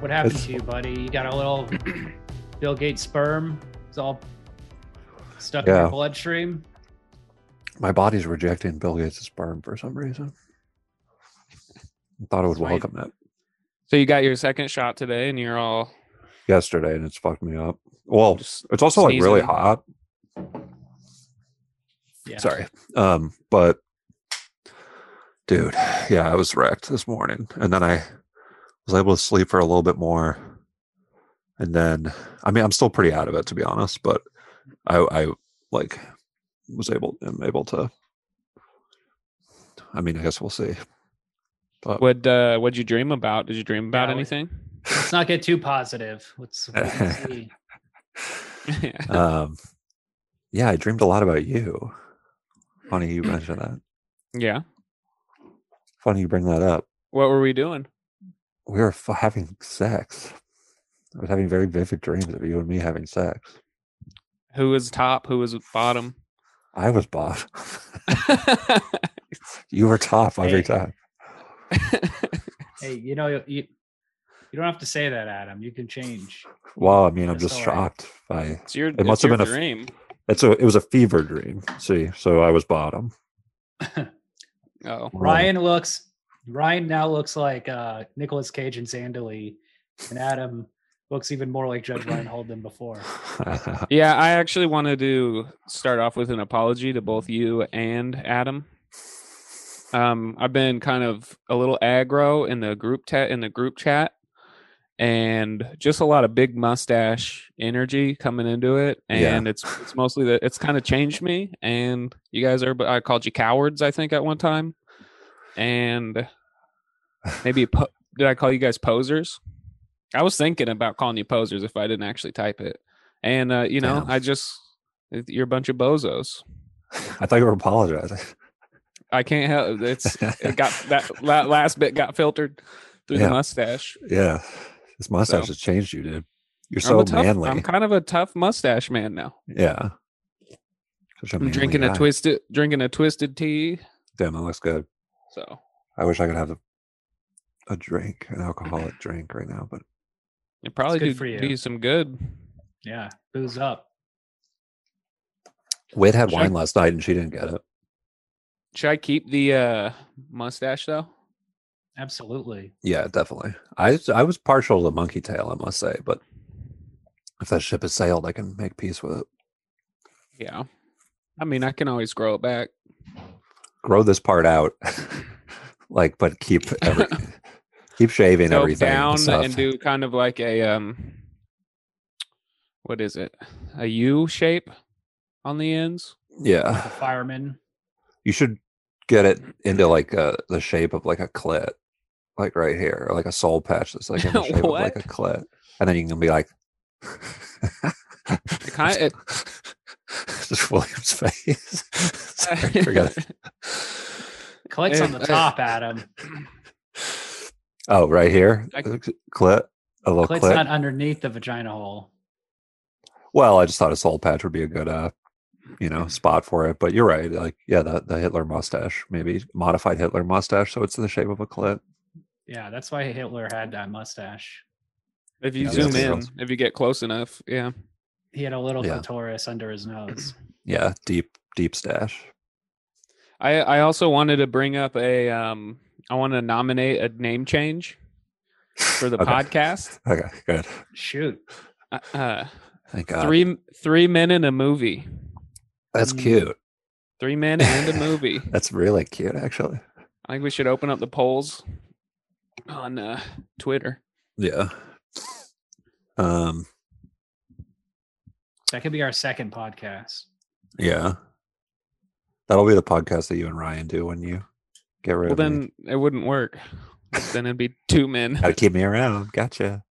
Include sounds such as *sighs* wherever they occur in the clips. what happened to you, buddy? You got a *clears throat* little Bill Gates sperm. It's all stuck in Yeah. your bloodstream. My body's rejecting Bill Gates' sperm for some reason. I thought I would That's right. welcome that So you got your second shot today, and you're all yesterday, and it's fucked me up. Well, just it's also like really sneezing. hot. Yeah. Sorry, um, but dude, yeah, I was wrecked this morning, and then I was able to sleep for a little bit more, and then I mean, I'm still pretty out of it to be honest, but I, I like was able am able to. I mean, I guess we'll see. what? Uh, what'd you dream about? Did you dream about Yeah, we- anything? *laughs* Let's not get too positive. *laughs* Let's, let's see. yeah. um, yeah, I dreamed a lot about you. Funny Mm. you mentioned that. yeah. Funny you bring that up. What were we doing? We were f- having sex. I was having very vivid dreams of you and me having sex. Who was top? Who was bottom? *laughs* I was Bob. *laughs* you were top Hey. every time. Hey, you know, you, you don't have to say that, Adam. You can change. Well, I mean, I'm That's just all right. shocked by it's your. It must have your been a- dream. it's a it was a fever dream. See, so I was bottom. oh, *laughs* Ryan looks Ryan now looks like uh Nicolas Cage and Sandali, and Adam looks even more like Judge Reinhold than before. *laughs* yeah. I actually wanted to start off with an apology to both you and Adam. Um, I've been kind of a little aggro in the group chat in the group chat, and just a lot of big mustache energy coming into it. Yeah. And it's it's mostly that it's kind of changed me. And you guys are, but I called you cowards, I think, at one time, and maybe po- did I call you guys posers? I was thinking about calling you posers if I didn't actually type it. And uh, you know, Damn. I just you're a bunch of bozos. I thought you were apologizing. I can't *laughs* help it's it got that la- last bit got filtered through Yeah. the mustache. yeah, this mustache So. has changed you, dude. You're I'm so a tough, manly. I'm kind of a tough mustache man now. Yeah. Such a I'm manly drinking a guy. twisted drinking a twisted tea. Damn, that looks good. So I wish I could have a, a drink, an alcoholic drink right now, but it probably good do, for you. do you some good. Yeah, booze up. Wade had Should I- wine last night and she didn't get it. Should I keep the uh mustache though? Absolutely. Yeah, definitely. I I was partial to monkey tail, I must say, but if that ship has sailed, I can make peace with it. Yeah. I mean, I can always grow it back. Grow this part out, *laughs* like, but keep *laughs* every, keep shaving go everything. and down stuff. and do kind of like a um what is it a u shape on the ends Like a yeah, fireman. you should get it into like a, the shape of like a clit, like right here, or like a soul patch that's like in *laughs* the shape of like What? a clit, and then you can be like. it kind it, *laughs* just William's face. *laughs* Uh, Sorry, *laughs* I forgot. Clicks on the Eh, eh. top, Adam. Oh, right here, I- clit, a little Clicks clit. not underneath the vagina hole. well, I just thought a soul patch would be a good, uh, you know, spot for it. But you're right. Like, yeah, the, the Hitler mustache, maybe modified Hitler mustache, so it's in the shape of a clit. Yeah, that's why Hitler had that mustache. *laughs* if you Yeah, zoom that's in gross. if you get close enough yeah He had a little Yeah. clitoris under his *clears throat* nose. Yeah, deep, deep stash. i i also wanted to bring up a um i want to nominate a name change for *laughs* the Okay. podcast Okay, good. Shoot. uh, uh Thank God. Mm. three three men and a movie That's cute. three men and a *laughs* movie That's really cute, actually. i think we should open up the polls on uh twitter Yeah. Um. That could be our second podcast. Yeah. That'll be the podcast that you and Ryan do when you get rid Well, of me. then it wouldn't work. then it'd be *laughs* two men. Gotta keep me around. Gotcha.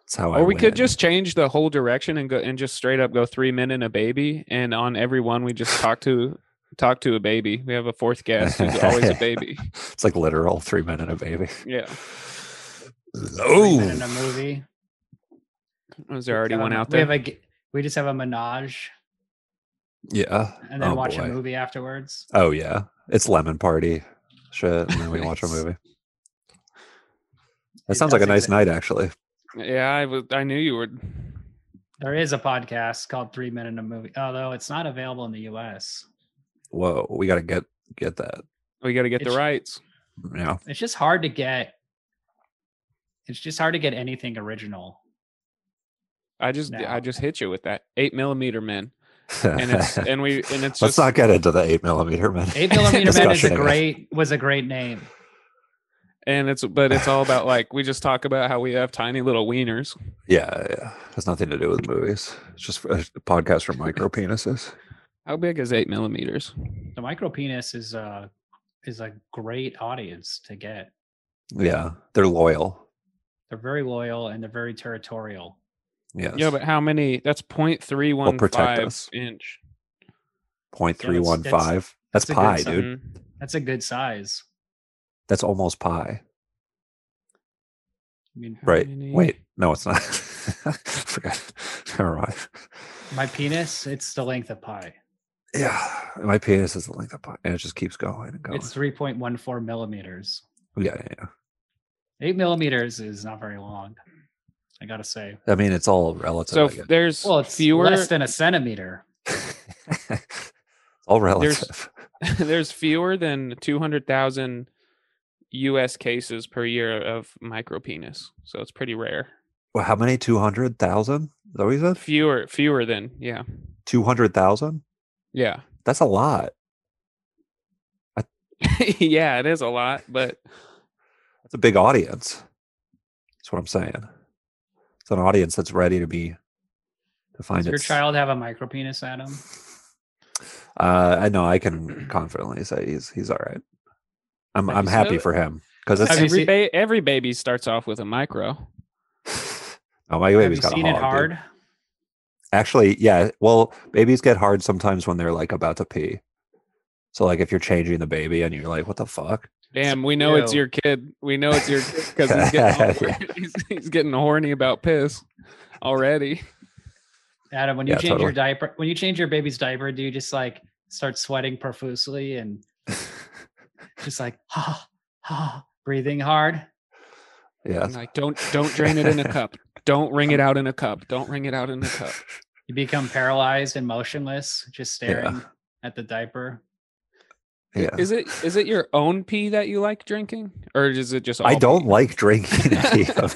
That's how Oh, I Or we could win. just change the whole direction and go and just straight up go three men and a baby, and on every one we just talk to talk to a baby. We have a fourth *laughs* guest who's always a baby. It's like literal three men and a baby. Yeah, Three men in a Oh, movie. was there already Got a- one out We, have there? a, g- we just have a menage yeah. and then oh, watch a boy. movie afterwards. Oh yeah, it's lemon party shit, and then we watch a Nice. movie. It That sounds like a does nice exist. night, actually. Yeah, I was. I knew you would. There is a podcast called Three Men in a Movie, although it's not available in the U.S. Whoa, we got to get get that. We got to get the It's- rights. Yeah, It's just hard to get. It's just hard to get anything original. *laughs* I just No. I just hit you with that eight millimeter men, *laughs* and it's and we and let's it's just not get into the eight millimeter man. Eight millimeter man is a Discussion. great was a great name. and it's but it's all about like we just talk about how we have tiny little wieners. Yeah, yeah, has nothing to do with movies. It's just a podcast for micro penises. How big is eight millimeters? The micro penis is a is a great audience to get. Yeah, they're loyal. They're very loyal and they're very territorial. Yes. Yeah, but how many? That's point three one protect five us. inch. point Yeah, that's- three one five. that's That's a good pi, sign. dude. Mhm. That's a good size. That's almost pi. I mean, How Right. many- Wait, no, it's not. *laughs* Forgot. *laughs* Never mind. my penis, it's the length of pi. Yeah, my penis is the length of pi, and it just keeps going and going. It's three point one four millimeters. yeah, yeah, yeah. Eight millimeters is not very long. I gotta say. I mean, it's all relative. So I f- guess. there's Well, it's fewer. less than a centimeter. *laughs* It's all relative. *laughs* there's fewer than 200,000 US cases per year of micropenis. So it's pretty rare. Well, how many? Two hundred thousand? Is that what you said? Fewer fewer than, yeah. Two hundred thousand? Yeah. *laughs* That's a lot. yeah, it is a lot, but That's a big audience. That's what I'm saying. It's an audience that's ready to be to find Does your its- child have a micro penis, Adam? Uh, I know I can confidently say he's he's all right. I'm Have I'm you happy seen- for him because Have you it's every seen- ba- every baby starts off with a micro. *laughs* oh my Have you baby's got seen a it hog, dude. hard? Actually, yeah. Well, babies get hard sometimes when they're like about to pee. So like if you're changing the baby and you're like, what the fuck? Damn, we know it's Ew. your kid. We know it's your kid because *laughs* he's, getting all- *laughs* he's, he's getting horny about piss already. Adam, when you Yeah, change your totally. diaper, when you change your baby's diaper, do you just like start sweating profusely *laughs* and just like ha ha breathing hard? Yeah. I'm like, don't don't drain it in a cup. Don't wring it out in a cup. Don't wring it out in a cup. You become paralyzed and motionless, just staring Yeah. at the *laughs* diaper. *laughs* Yeah. Is it is it your own pee that you like drinking, or is it just? I all don't pee? like drinking *laughs* any of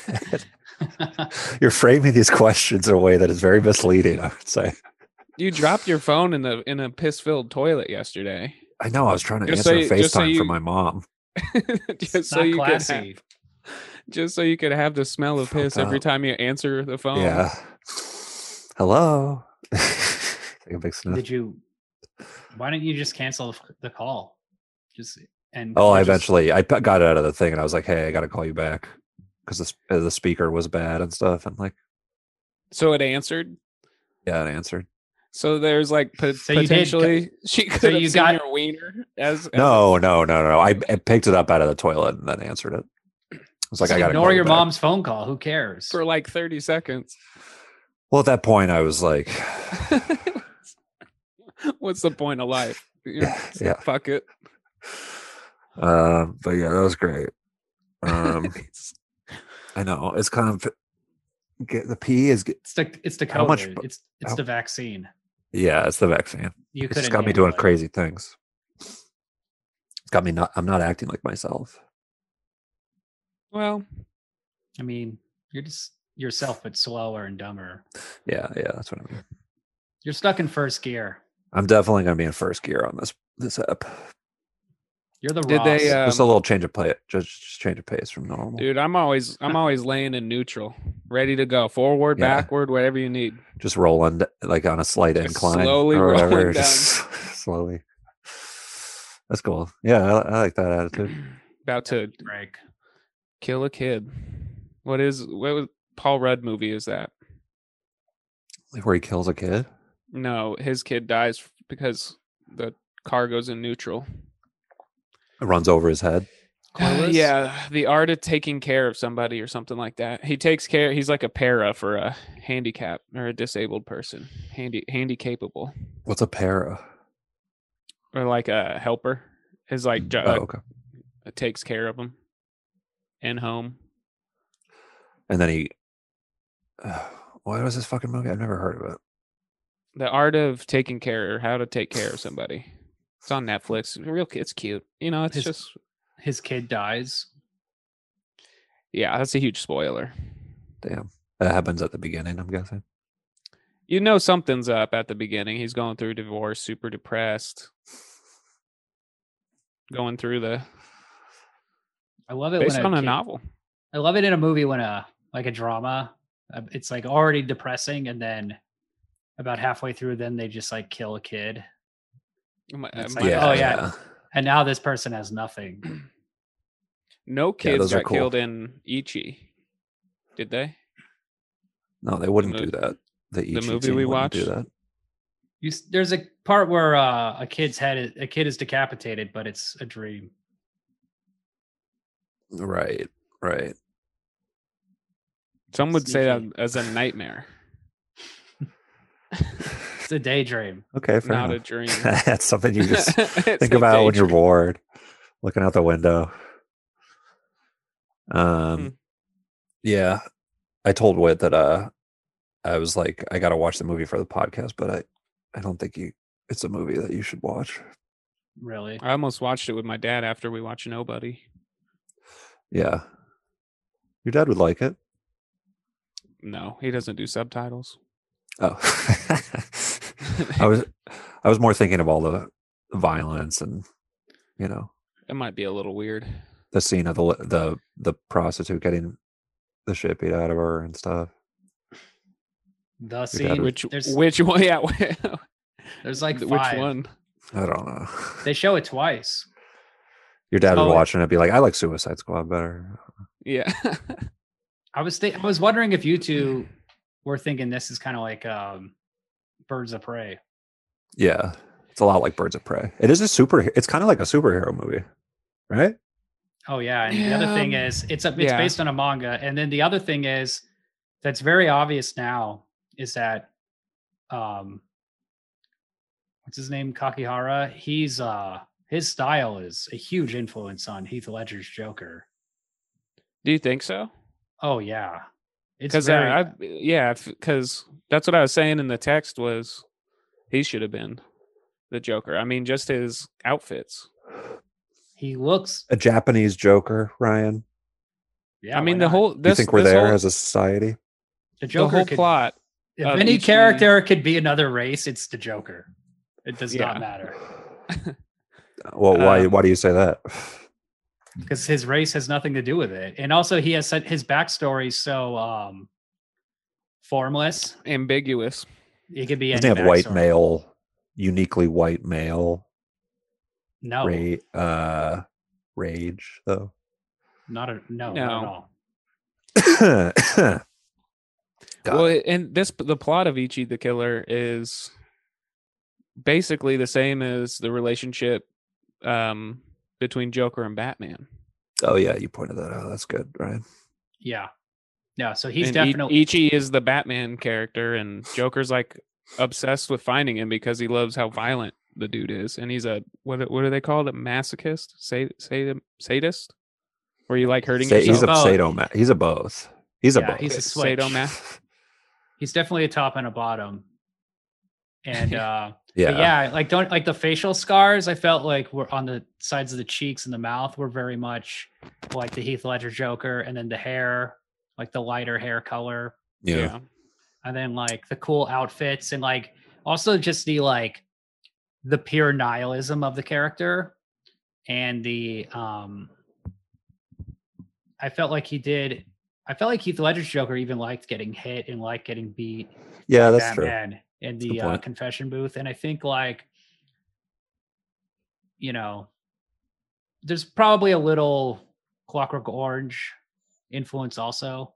*laughs* it. You're framing these questions in a way that is very misleading, I would say. You dropped your phone in the in a piss filled toilet yesterday, *laughs* I know I was trying to Just answer so you- just so FaceTime you- for my mom. it's just so not you could have, classy. just so you could have the smell of Fuck piss every up. time you answer the phone. Yeah. Hello. *laughs* Take a big sniff. Did *laughs* you? Why don't you just cancel the f- the call? Just and Oh, I just- eventually I p- got out of the thing and I was like, "Hey, I got to call you back because the s- uh, the speaker was bad and stuff." And like, So it answered. yeah, it answered. So there's like po- So you did potentially *laughs* she could have you seen got- your wiener as, as No, no, no, no. I, I picked it up out of the toilet and then answered it. I was like, just "I got to ignore your mom's phone call. Who cares? for like thirty seconds. *laughs* Well, at that point, I was like, What's the point *laughs* of life? You know, Yeah, yeah. Fuck it. uh, "But yeah, that was great." Um, I know it's kind of get, the pee is get, It's the it's the How much COVID. bu- It's it's how- the vaccine. yeah, it's the vaccine. You could It's got me doing crazy things. It's got me not. I'm not acting like myself. well, I mean, you're just yourself, but slower and dumber. Yeah, yeah, that's what I mean. You're stuck in first gear. I'm definitely gonna be in first gear on this this app. You're the Did Ross. they, uh, just a little change of play, just, just change of pace from normal. Dude, I'm always I'm always laying in neutral, ready to go forward, Yeah. backward, whatever you need. Just rolling d- like on a slight Just incline, slowly or rolling *laughs* whatever, down. just slowly. That's cool. Yeah, I, I like that attitude. About to *laughs* break? kill a kid. What is what was Paul Rudd movie is that? Like where he kills a kid. No, his kid dies f- because the car goes in neutral. It runs over his head. Clueless? yeah, the art of taking care of somebody or something like that. He takes care. He's like a para for a handicap or a disabled person, handy handy capable, What's a para? or like a helper. Is like uh, jo- Oh, okay. takes care of them and home. and then he. Uh, what was this fucking movie? I've never heard of it. The art of taking care or how to take care of somebody. It's on Netflix. Real, it's cute. You know, it's His- just His kid dies. yeah. That's a huge spoiler. Damn, that happens at the beginning. I'm guessing. You know something's up at the beginning. He's going through a divorce, super depressed, going through the I love it based when on a kid- novel. I love it in a movie when a like a drama, uh, it's like already depressing, and then about halfway through, then they just like kill a kid, Am I- It's am like, I- oh, yeah. and now this person has *clears throat* nothing. No kids those are got cool. killed in Ichi. Did they? No, they wouldn't The- do that. The, Ichi movie team we wouldn't do watched? that. You, s- there's a part where uh, a kid's head, is, a kid is decapitated, but it's a dream. Right, right. Some would say that as a nightmare, It's a daydream. Okay, fair not a enough. dream. That's something *laughs* you just *laughs* It's think a about when you're daydream. bored, looking out the window. Um, Hmm. yeah, I told Whit that uh, I was like, I gotta watch the movie for the podcast, but I, I don't think you. It's a movie that you should watch. Really, I almost watched it with my dad after we watched Nobody. Yeah, your dad would like it. No, he doesn't *laughs* do subtitles. Oh. Oh, *laughs* I was, I was more thinking of all the violence and, you know, It might be a little weird. the scene of the li- the the prostitute getting the shit beat out of her and stuff. the Your dad scene. would- Which There's which one? Yeah, there's like *laughs* which five. one? I don't know. They show it twice. *laughs* Your dad would Oh, it- watch it and be like, "I like Suicide Squad better." Yeah, *laughs* I was think I was wondering if you *clears throat* two were thinking this is kind of like um, Birds of Prey. Yeah, it's a lot like Birds of Prey. It is a super. It's kind of like a superhero movie, right? Oh yeah, and the other thing Um, is it's a, it's yeah. based on a manga, and then the other thing is that's very obvious now is that um, what's his name Kakihara? He's uh his style is a huge influence on Heath Ledger's Joker. do you think so? Oh yeah, it's Because very I, yeah, because that's what I was saying in the text was he should have been the Joker. I mean, just his outfits. he looks. A Japanese Joker, Ryan. Yeah, I why mean, the not? whole Do you this, think we're this there whole, as a society? the the Joker whole could- plot. If of any each character could be another race, it's the Joker. It does Yeah. not matter Well, why Um, why do you say that? because his race has nothing to do with it. And also, he has said his backstory is so um, formless. ambiguous. It could be Doesn't any he have white backstory. male, uniquely white male No, ra- uh, rage though? *coughs* not a, no, not No. at all. God. Well, it- and this the plot of Ichi the Killer is basically the same as the relationship um, between Joker and Batman. oh yeah, you pointed that out. That's good, Ryan. Yeah, no. So he's And I- definitely Ichi is the Batman character, and Joker's like obsessed with finding him because he loves how violent the dude is, and he's a what what do they call it? A masochist, say say sadist, where you like hurting Sa- he's a yourself. Both. sadomas. He's a both. He's a Yeah, both. Oh, he's a Okay, switch. sadomas- he's definitely a top and a bottom. And uh, yeah. But yeah, like don't like the facial scars. I felt like were on the sides of the cheeks and the mouth were very much like the Heath Ledger Joker, and then the hair, like the lighter hair color, Yeah. and then like the cool outfits, and like also just the like the pure nihilism of the character, and the um, I felt like he did. I felt like Heath Ledger's Joker even liked getting hit and liked getting beat Yeah, like that's that true. man in a good the uh, point. confession booth. And I think like, you know, there's probably a little Clockwork Orange influence also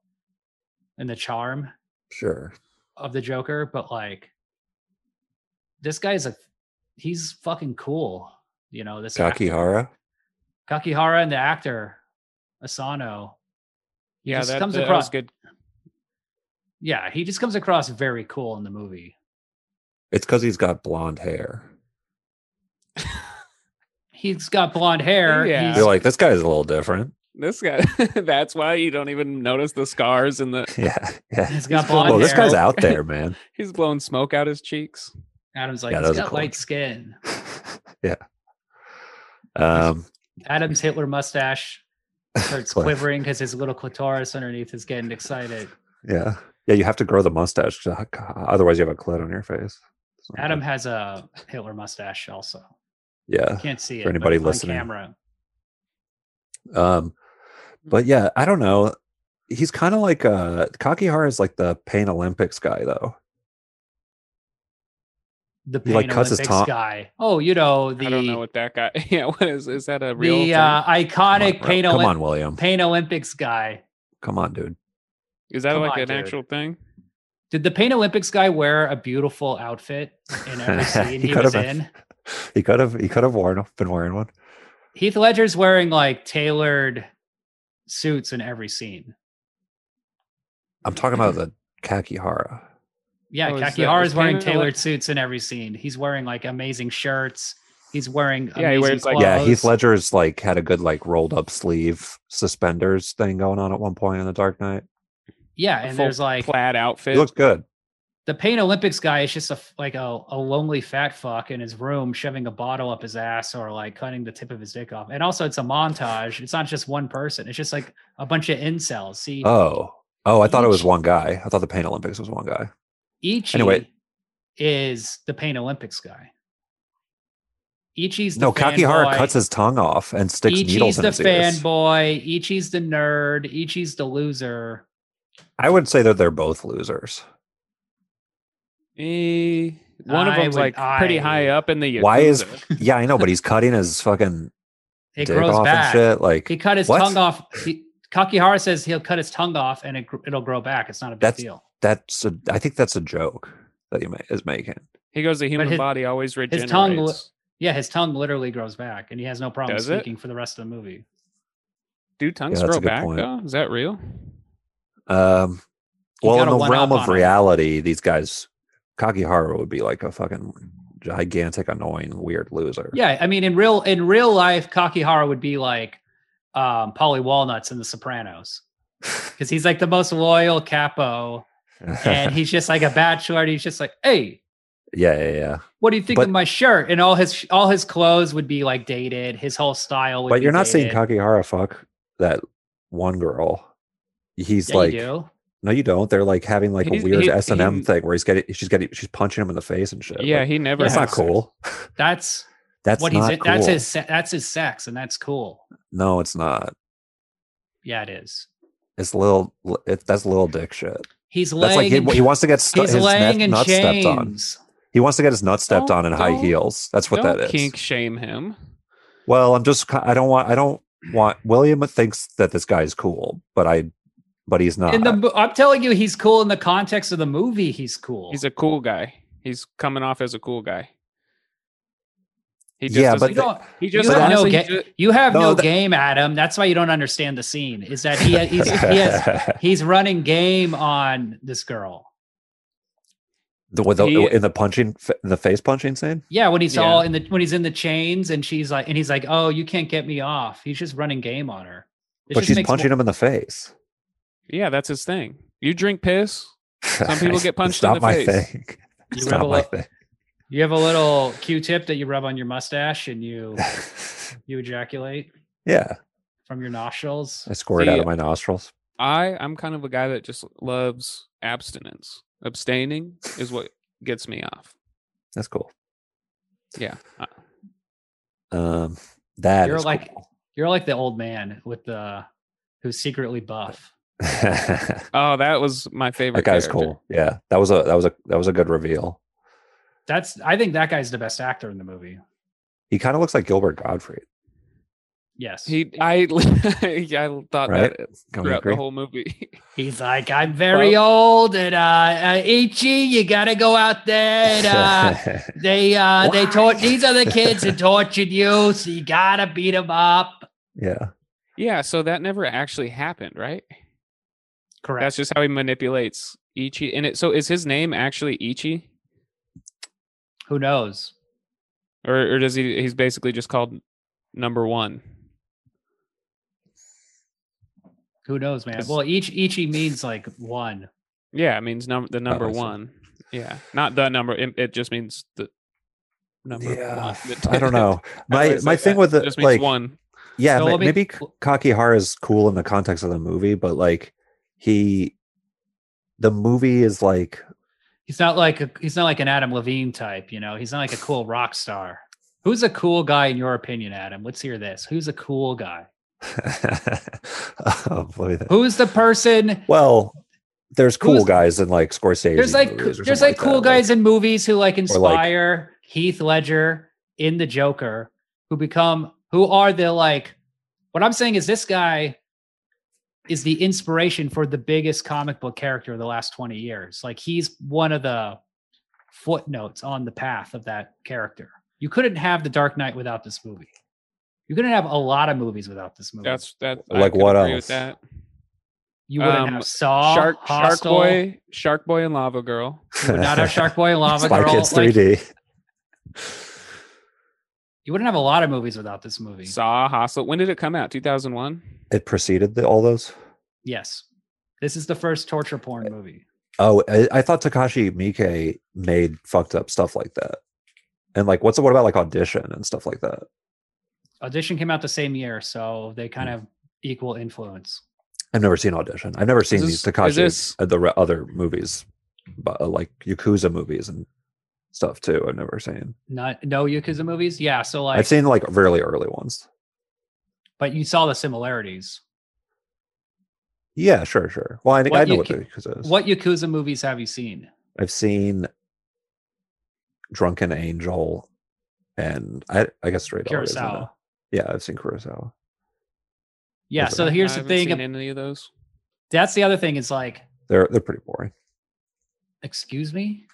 in the charm Sure. of the Joker, but like, this guy's a he's fucking cool. You know this actor- Kakihara. Kakihara and the actor Asano. He yeah, just that, comes that across. was good. Yeah, he just comes across very cool in the movie. It's because he's got blonde hair. He's got blonde hair. Yeah. he's- You're like, this guy's a little different. *laughs* This guy. *laughs* that's why you don't even notice the scars and the. Yeah, yeah. He's got blonde Well, this hair. guy's out there, man. *laughs* He's blowing smoke out his cheeks. Adam's like, Yeah, he's that was a got cool light one. skin. yeah. Um, Adam's Hitler *laughs* mustache starts Cliff. quivering because his little clitoris underneath is getting *laughs* excited. yeah, yeah. You have to grow the mustache, 'cause uh, otherwise you have a clit on your face. It's not Adam good. has a Hitler mustache also. yeah. Can't see it. For but anybody it's on listening. camera. Um, Mm-hmm. but yeah, I don't know. He's kind of like uh, Kakihara is like the Pain Olympics guy, though. The He, pain like, cuts his Olympics tongue- guy. Oh, you know the I don't know what that guy. *laughs* Yeah, what is is that a real? the thing? uh, iconic come on, pain, Ro- come Oli- on, William. pain Olympics guy. Come on, dude. is that come like on, an dude. actual thing? Did the pain Olympics guy wear a beautiful outfit *laughs* in every scene He he, could was have been. in? He could have. He could have worn been wearing one. Heath Ledger's wearing like tailored suits in every scene. I'm talking about Mm-hmm. the Kakihara. Yeah, Oh, is that- Kakihara is is wearing Pain Oli- tailored suits in every scene. He's wearing like amazing shirts. He's wearing Yeah, he amazing wears, like- clothes. Yeah, Heath Ledger's like had a good like rolled up sleeve suspenders thing going on at one point in the Dark Knight. Yeah, A and full there's like plaid He outfit. looked good. the Pain Olympics guy is just a f- like a, a lonely fat fuck in his room shoving a bottle up his ass or like cutting the tip of his dick off. And also it's a montage. It's not just one person. It's just like a bunch of incels. See, Oh, oh, I thought it was Each- one guy. I thought the Pain Olympics was one guy. Ichi anyway. is the Pain Olympics guy. Ichi's the No, Kakihara fanboy. cuts his tongue off and sticks needles Ichi's in the his ears. fanboy. Ichi's the nerd. Ichi's the loser. I would say that they're both losers. Eh, one of I them's would- like pretty I- high up in the. Yakuza. Why is- Yeah, I know, but he's cutting his fucking It dick grows off back. and shit. Like He cut his What? tongue off. He, Kakihara says he'll cut his tongue off and it, gr- it'll grow back. It's not a big That's- deal. that's a, I think that's a joke that he ma- is making. he goes? The human his- body always regenerates. tongue lo- Yeah, his tongue literally grows back, and he has no problem Does it? speaking for the rest of the movie. Do tongues Yeah, that's a grow good back point. though? Is that real? Um, He well, got in a the one realm up of on him. reality, these guys, Kakihara would be like a fucking gigantic, annoying, weird loser. Yeah, I mean, in real in real life, Kakihara would be like um, Polly Walnuts in The *laughs* Sopranos, because he's like the most loyal capo, and yeah, he's just like a bachelor. And he's just like, hey, *laughs* yeah, yeah. what do you think But- of my shirt? And all his all his clothes would be like dated. His whole style. Would But be you're not seeing dated. Kakihara fuck that one girl. He's Yeah, like, you do. no, you don't. They're like having like He's- a weird he- S and M he- thing where he's getting, she's getting, she's punching him in the face and shit. Yeah, Like, he never. that's yeah. not has sex. cool. That's That's what he's. not in- cool. That's his. se- That's his sex, and that's cool. No, it's not. Yeah, it is. It's little. It, that's little dick shit. He's That's like laying. he, in- he wants to get stu- he's his net, laying in nuts stepped on. chains. He wants to get his nuts stepped on Don't- in high don't- heels. That's what Don't that is. kink shame him. Well, I'm just. ki- I don't want. I don't want. William thinks that this guy is cool, but I. But he's not. in *laughs* the mo- I'm telling you, he's cool in the context of the movie. He's cool. He's a cool guy. He's coming off as a cool guy. He Yeah, doesn't- you, but the- don't, he just you have honestly no ju- you have No, no, the- game, Adam. That's why you don't understand the scene. Is that he he's, he *laughs* has, he's running game on this girl? The- with the- he- in the punching, in the face punching scene. Yeah, when he's Yeah. all in the when he's in the chains and she's like and he's like, oh, you can't get me off. He's just running game on her. It but just she's makes punching more- him in the face. *laughs* yeah, that's his thing. You drink piss. Some people get punched Stop in the my face. thing. You Stop rebel my up. You have a little Q-tip that you rub on your mustache and you thing. you ejaculate *laughs* yeah, from your *laughs* nostrils. I squirt out See, of my nostrils. I I'm kind of a guy that just loves abstinence. Abstaining is what gets me off. That's cool. Yeah. uh Um, that You're is like- cool. *laughs* You're like the old man with the who's secretly buff. that Oh, that was my favorite. guy's character. cool. Yeah, that was a that was a that was a good reveal. That's I think that guy's the best actor in the movie. He kind of looks like Gilbert Gottfried. Yes. He I *laughs* I thought Right? that Can we throughout agree? the whole movie. *laughs* He's like, I'm very old and uh, uh Ichi, you gotta go out there and uh *laughs* they uh they taught these are the kids that tortured you, so you gotta beat them up. *laughs* yeah. yeah, so that never actually happened, right? Correct. That's just how he manipulates Ichi. And it so is his name actually Ichi? Who knows? Or or does he he's basically just called number one? Who knows, man? Yes. Well, each Ichi means like one. Yeah, it means number the number Oh, I see. one. Yeah, not the number. It, it just means the number. Yeah, one. I *laughs* don't know. My always my like thing that. with It it, just means like, one. yeah, So ma- let me- maybe Kakihara is cool in the context of the movie, but like he, the movie is like *laughs* He's not like a, he's not like an Adam Levine type, you know. He's not like a cool rock star. Who's a cool guy in your opinion, Adam? Let's hear this. Who's a cool guy? um, let me think. Who's the person? well, there's cool Who's- guys in like Scorsese. There's like movies or there's something like cool that, guys in movies who like like- inspire Heath Ledger in the Joker, who become who are the like. What I'm saying is this guy is the inspiration for the biggest comic book character of the last 20 years. Like he's one of the footnotes on the path of that character. You couldn't have The Dark Knight without this movie. You couldn't have a lot of movies without this movie. That's that. Like I can what agree else? With that. you wouldn't um, have Saw, Shark, Shark Hostel, Boy, Shark Boy, and Lava Girl. You would not *laughs* have Shark Boy and Lava Spy Girl. Kids Like, 3D. You wouldn't have a lot of movies without this movie. Saw Hostel. When did it come out? Two thousand one. It preceded the, all those. yes. This is the first torture porn movie. Oh, I, I thought Takashi Miike made fucked up stuff like that. And like, what's what about like audition and stuff like that? Audition came out the same year, so they Hmm. kind of equal influence. I've never seen audition. I've never seen Is these this- is Takashi this- uh, the re- other movies, but uh, like Yakuza movies and stuff too. I've never seen. Not no Hmm. Yakuza movies? Yeah. So like I've seen like really early ones. but you saw the similarities. Yeah, sure, sure. Well, I, think What I know you what ca- the Yakuza is. What Yakuza movies have you seen? I've seen Drunken Angel, and I I guess Straight Outta is in there. Kurosawa. Yeah, I've seen Kurosawa. Yeah. Is it- So here's I the haven't thing. seen any of those? That's the other thing. It's like, They're they're pretty boring. excuse me?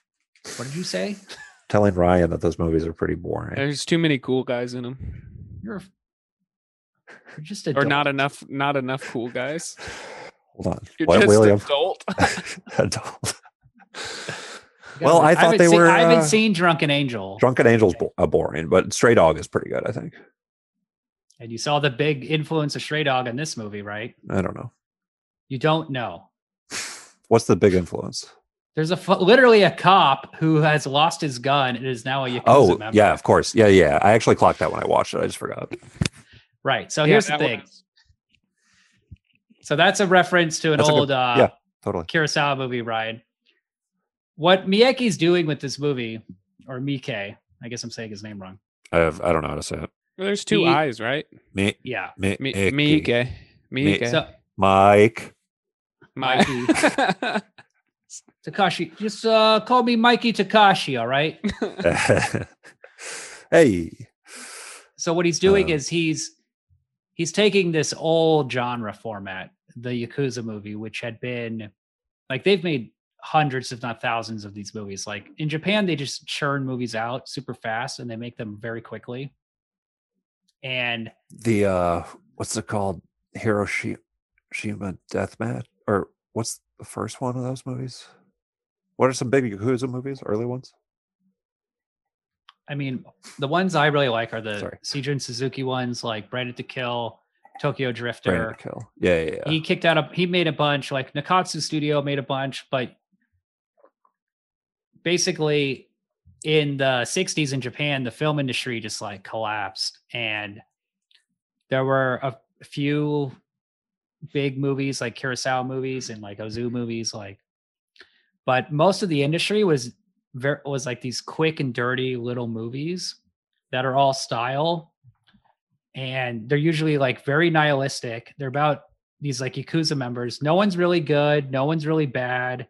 What did you say? Telling Ryan that those movies are pretty boring. There's too many cool guys in them, You're, you're just a or not enough, not enough *laughs* cool guys. Hold on. You're what, just William? adult. *laughs* Adult. well, I thought haven't they seen- were. I uh, haven't seen Drunken Angel. Drunken Angel's bo- uh, boring, but Stray Dog is pretty good, I think. And you saw the big influence of Stray Dog in this movie, right? I don't know. You don't know. What's the big influence? There's a fu- literally a cop who has lost his gun and is now a Yakuza Oh, member. yeah, of course. Yeah, yeah. I actually clocked that when I watched it. I just forgot. Right. So Yeah, here's the that thing. was- So that's a reference to an That's a good- old uh, yeah. Totally. Kurosawa movie, Ryan. What Miyake's doing with this movie, or Mike, I guess I'm saying his name wrong. I have, I don't know how to say it. There's two Me- eyes, right? Me, Yeah. me, Mi- Icky. Miike. Miike. So Mike. My- *laughs* *laughs* Takashi, just uh, call me Mikey Takashi, all right? *laughs* hey. So what he's doing Um, is he's he's taking this old genre format, the Yakuza movie, which had been like they've made hundreds, if not thousands, of these movies. Like in Japan, they just churn movies out super fast and they make them very quickly. And The, uh, what's it called? Hiroshima Deathmatch? Or what's the first one of those movies? What are some big Yakuza movies? Early ones? I mean, the ones I really like are the Sorry. Seijun Suzuki ones, like Branded to Kill, Tokyo Drifter. Brandon Kill. Yeah, yeah, yeah. he kicked out a he made a bunch like nakatsu studio made a bunch but basically in the 60s in japan the film industry just like collapsed and there were a few big movies like kurosawa movies and like ozu movies like but most of the industry was very was like these quick and dirty little movies that are all style and they're usually like very nihilistic they're about these like Yakuza members. No one's really good. No one's really bad.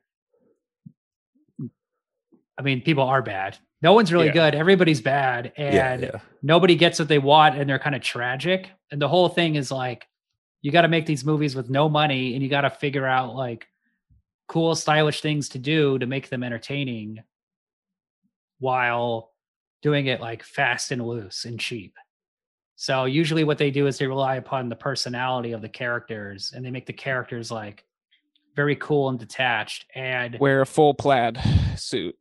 I mean, people are bad. No one's really Yeah. good. Everybody's bad. And yeah, yeah. nobody gets what they want and they're kind of tragic. And the whole thing is like, you got to make these movies with no money and you got to figure out like cool, stylish things to do to make them entertaining while doing it like fast and loose and cheap. So usually what they do is they rely upon the personality of the characters and they make the characters like very cool and detached and Wear a full plaid suit.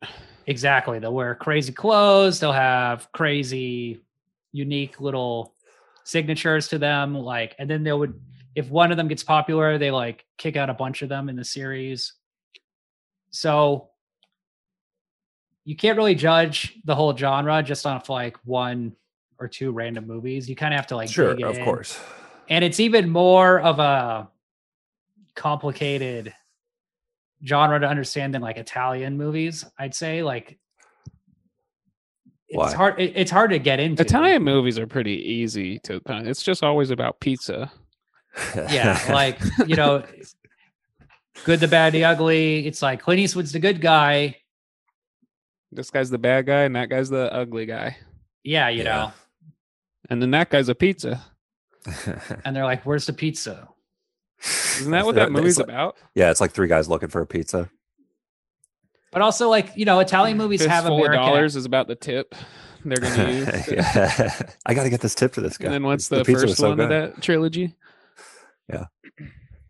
Exactly. They'll wear crazy clothes. They'll have crazy, unique little signatures to them. Like, and then they would, if one of them gets popular, they like kick out a bunch of them in the series. So you can't really judge the whole genre just off like one or two random movies. You kind of have to like sure, dig of in. course. And it's even more of a complicated genre to understand than like Italian movies, I'd say. Like it's Why? hard it- it's hard to get into. Italian movies are pretty easy to. kind of- It's just always about pizza. *laughs* *laughs* yeah, like you know, good, the bad, the ugly. It's like Clint Eastwood's the good guy. This guy's the bad guy, and that guy's the ugly guy, Yeah, you know. and then that guy's a pizza. And they're like, "Where's the pizza?" Isn't that what that movie's about? Yeah, it's like three guys looking for a pizza. But also, like you know, Italian movies have Fistful of American. dollars is about the tip they're *laughs* going to use. Yeah. I got to get this tip to this guy. And then what's The the, pizza was first so one of that trilogy?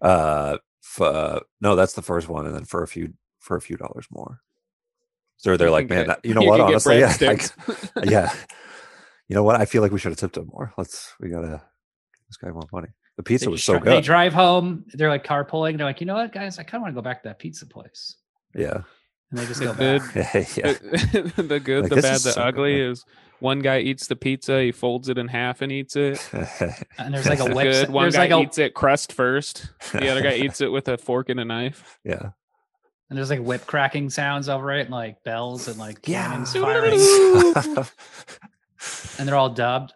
Uh, f- uh, no, that's the first one, and then for a few for a few dollars more. So they're *laughs* You like, can man, get- that, you know what? can get Honestly, *laughs* yeah, like, breadsticks. yeah, you know what? I feel like we should have tipped him more. Let's we gotta give this guy more money. The pizza They was just so dri- They good. drive home. They're like carpooling. They're like, you know what, guys? I kind of want to go back to that pizza place. Yeah, And they just The go good- back. yeah, *laughs* The, *laughs* the good, Like, the this bad, is the so good. ugly is one guy eats the pizza, he folds it in half and eats it. *laughs* And there's like a The The website. good one There's guy like a eats it crust first. The *laughs* other guy eats it with a fork and a knife. yeah. and there's like whip cracking sounds over it, and like bells and like Yeah. cannons firing, *laughs* and they're all dubbed.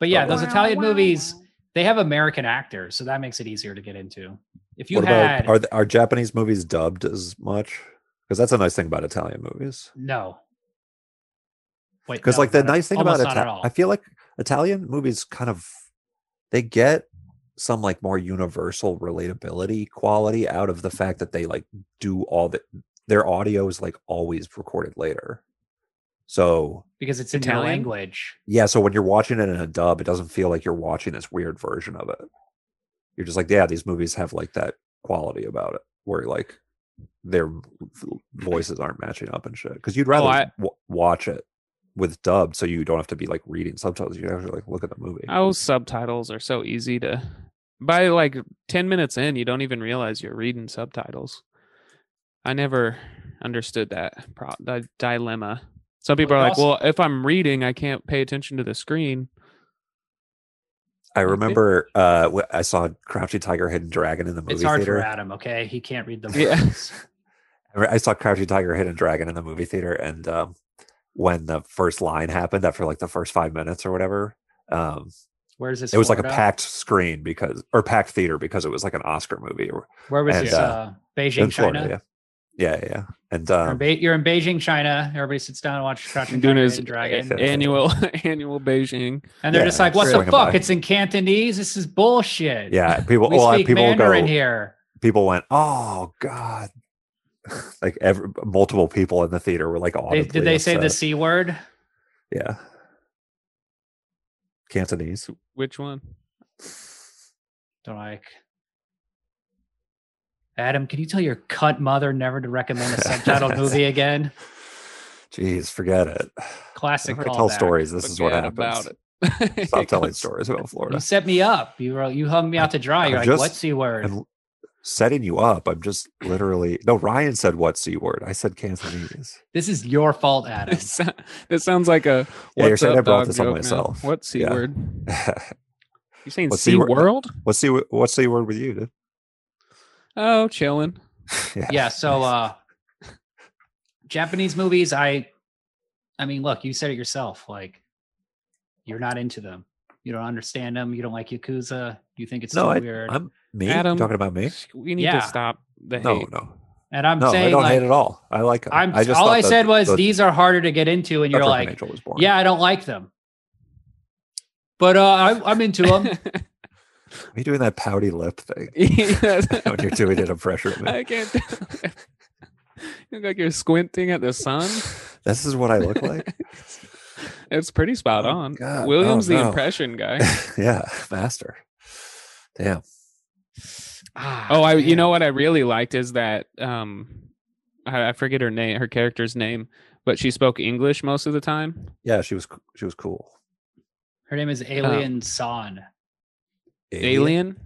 But yeah, Oh, those wow, Italian movies they have American actors, so that makes it easier to get into. If you what had about are th- are Japanese movies dubbed as much? Because that's a nice thing about Italian movies. no, wait, Because no, like the not at- nice thing about almost not at Italian, all. I feel like Italian movies kind of they get some like more universal relatability quality out of the fact that they like do all the their audio is like always recorded later. So because it's in your Italian? language. yeah, so when you're watching it in a dub, it doesn't feel like you're watching this weird version of it. You're just like, yeah, these movies have like that quality about it, where like their voices aren't matching up and shit. Because you'd rather I- w- watch it with dubbed, so you don't have to be like reading subtitles. You actually like look at the movie. Oh, subtitles are so easy to. By like 10 minutes in, you don't even realize you're reading subtitles. I never understood that, pro- that dilemma. Some people Well, are it like, also- well, if I'm reading, I can't pay attention to the screen. I remember uh, w- I saw Crouching Tiger, Hidden Dragon in the movie it's hard theater. for Adam. Okay, he can't read the Yeah. words. *laughs* I re- I saw Crouching Tiger, Hidden Dragon in the movie theater, and um, when the first line happened after like the first five minutes or whatever, um, Where's this? it was like a Florida? packed screen because or packed theater because it was like an Oscar movie or Where was and, this? uh, Uh, in Beijing, Florida. China. Yeah, yeah, yeah. yeah. And You're, in um, Be- you're in Beijing, China. Everybody sits down and watches Crouching Doing Tiger his- and Dragon, Yeah. annual *laughs* annual Beijing. and they're Yeah, just like, "What the swinging fuck? by. It's in Cantonese. This is bullshit." *laughs* yeah, people. we well, speak people Mandarin go. here. People went. Oh God. *laughs* like every multiple people in the theater were like, They, audibly did they say the upset. c word? Yeah. Cantonese. Which one? They're like, Adam, can you tell your cunt mother never to recommend a *laughs* subtitled movie again? Jeez, forget it. Classic Never tell callback. stories. This is what Forget happens. About *laughs* it. Stop *laughs* *laughs* It telling comes- stories about Florida. You set me up. You wrote, you hung me out to dry. You're I'm like, just- what c word? I'm setting you up. I'm just literally no. Ryan said what c word? I said Cantonese. *laughs* This is your fault, Adam. This sou- this sounds like a Yeah, what's you're saying up, I brought dog this on joke now. myself. What c Yeah. word? You saying What c C word? world? What's the what's the *laughs* word with you, dude? Oh, chilling. yeah. So, uh, Japanese movies, I, I mean, look, you said it yourself. Like, you're not into them. You don't understand them. You don't like Yakuza. You think it's No, too I, weird. I'm me. Adam, you talking about me? We need Yeah. to stop the No, hate. no, and I'm no. I saying, don't like, hate at all. I like. 'em. I'm, I just all thought I that said was the these are harder to get into. And you're Dutch like, Angel was boring. Yeah, I don't like them. But uh, I, I'm into them. *laughs* Are you doing that pouty lip *laughs* thing *laughs* Yes. when you're doing an impression of me? I can't. tell. you look *laughs* like you're squinting at the sun. This is what I look like. *laughs* *laughs* It's pretty spot Oh, on. God. Oh, William's the no. *laughs* impression guy. yeah, master. Damn. Ah, Oh, I you know what I really liked is that um I, I forget her name, her character's name, but she spoke English most of the time. Yeah, she was c- she was cool. her name is Alien San. Alien.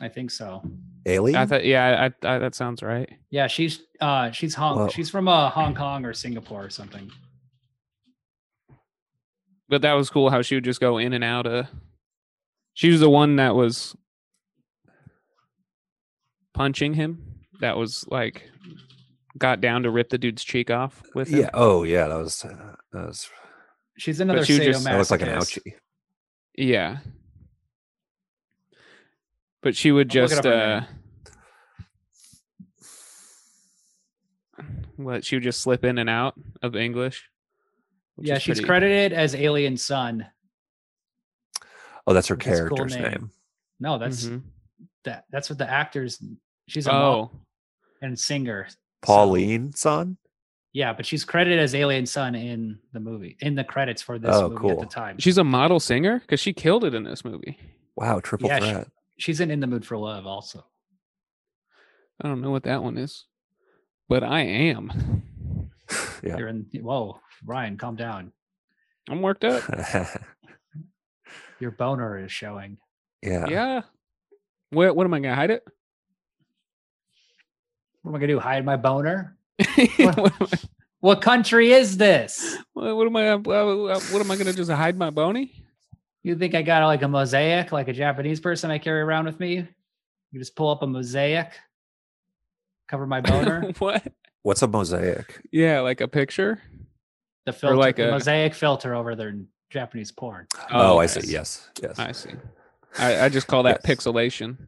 I think so. Ailey? I thought, yeah, I, I, that sounds right. Yeah, she's uh she's Hong Whoa. she's from uh Hong Kong or Singapore or something. But that was cool how she would just go in and out of. She was the one that was punching him. That was like got down to rip the dude's cheek off with him. yeah. Oh, yeah. That was, uh, that was, She's another she was just- that was like an sadomasochist. ouchie. Yeah. But she would I'll look it up just right uh uh, what she would just slip in and out of English. which Yeah, is she's pretty- credited as Alien Sun. Oh, that's her That's a cool character's name. name. No, that's Mhm. that that's what the actors she's a model Oh. and singer. Pauline son? Yeah, but she's credited as Alien Sun in the movie, in the credits for this Oh, movie at cool. the time. She's a model singer cuz she killed it in this movie. Wow, triple Yeah, she- threat. She's in In the Mood for Love also. I don't know what that one is. But I am. *laughs* yeah. You're in whoa, Ryan, calm down. I'm worked up. *laughs* Your boner is showing. *laughs* yeah. Yeah. What what am I going to hide it? *laughs* What am I gonna do? Hide my boner? what, am I, What country is this? what am I uh, what am I going to just hide my bony? *laughs* You think I got like a mosaic, like a Japanese person I carry around with me? You just pull up a mosaic, cover my boner, what? What's a mosaic? Yeah, like a picture. the filter, like the a- mosaic filter over their Japanese porn. Oh, I okay. see. Yes. Yes. I see. I, I just call that Yes. pixelation.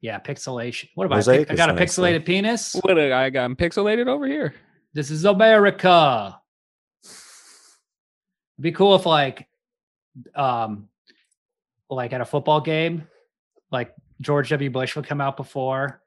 Yeah, pixelation. What about Mosaic I is got a nice, though. pixelated penis? What a- I got I'm pixelated over here. This is America. It'd be cool if like um like at a football game, like George W. Bush would come out before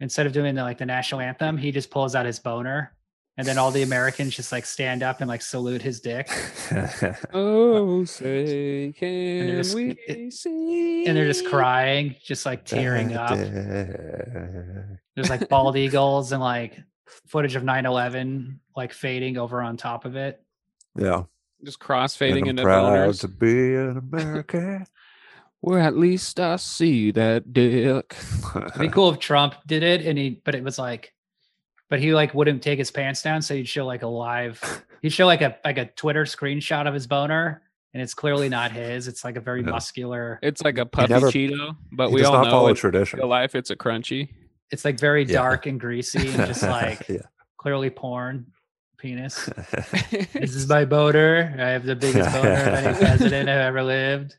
instead of doing the, like the national anthem, he just pulls out his boner and then all the Americans just like stand up and like salute his dick *laughs* Oh, say can just- we it- see? and they're *laughs* just crying, just like tearing up. There's like bald eagles and like footage of 9/11 like fading over on top of it. Yeah. just crossfading and into I'm proud boners. to be an American. Where at least I see that dick. It'd *laughs* Uh-huh. be cool if Trump did it and he but it was like but he like wouldn't take his pants down, so he'd show like a live *laughs* he'd show like a like a Twitter screenshot of his boner and it's clearly not his. It's like a very No. muscular It's like a puffy never- Cheeto, but He we does all not know follow in tradition. real life it's a crunchy. it's like very Yeah. dark and greasy and *laughs* just like yeah. clearly porn *laughs* penis. This is my boner. I have the biggest boner of any *laughs* president I've ever lived.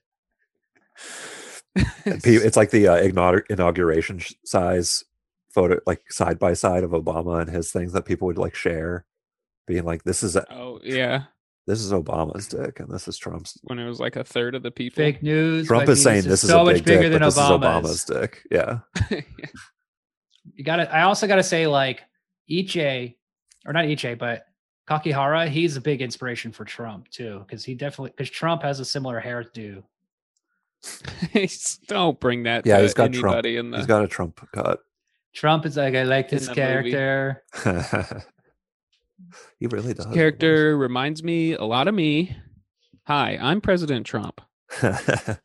And pe- It's like the uh, igno- inauguration sh- size photo, like side by side of Obama and his things that people would like share, being like, "This is oh yeah, this is Obama's dick, and this is Trump's." when it was like a third of the people. Fake news. Trump my is saying penis this is so a much big bigger dick, but than this Obama's. is Obama's dick. Yeah, you gotta i also gotta say like Iche or not Iche, but kakihara he's a big inspiration for trump too because he definitely because trump has a similar hairdo He's- *laughs* Don't bring that. Yeah, to he's got Trump. anybody in the. he's got a Trump cut. trump is like i like In this the movie. character *laughs* he really does. This character reminds me a lot of me. Hi, I'm President Trump. *laughs* Hi.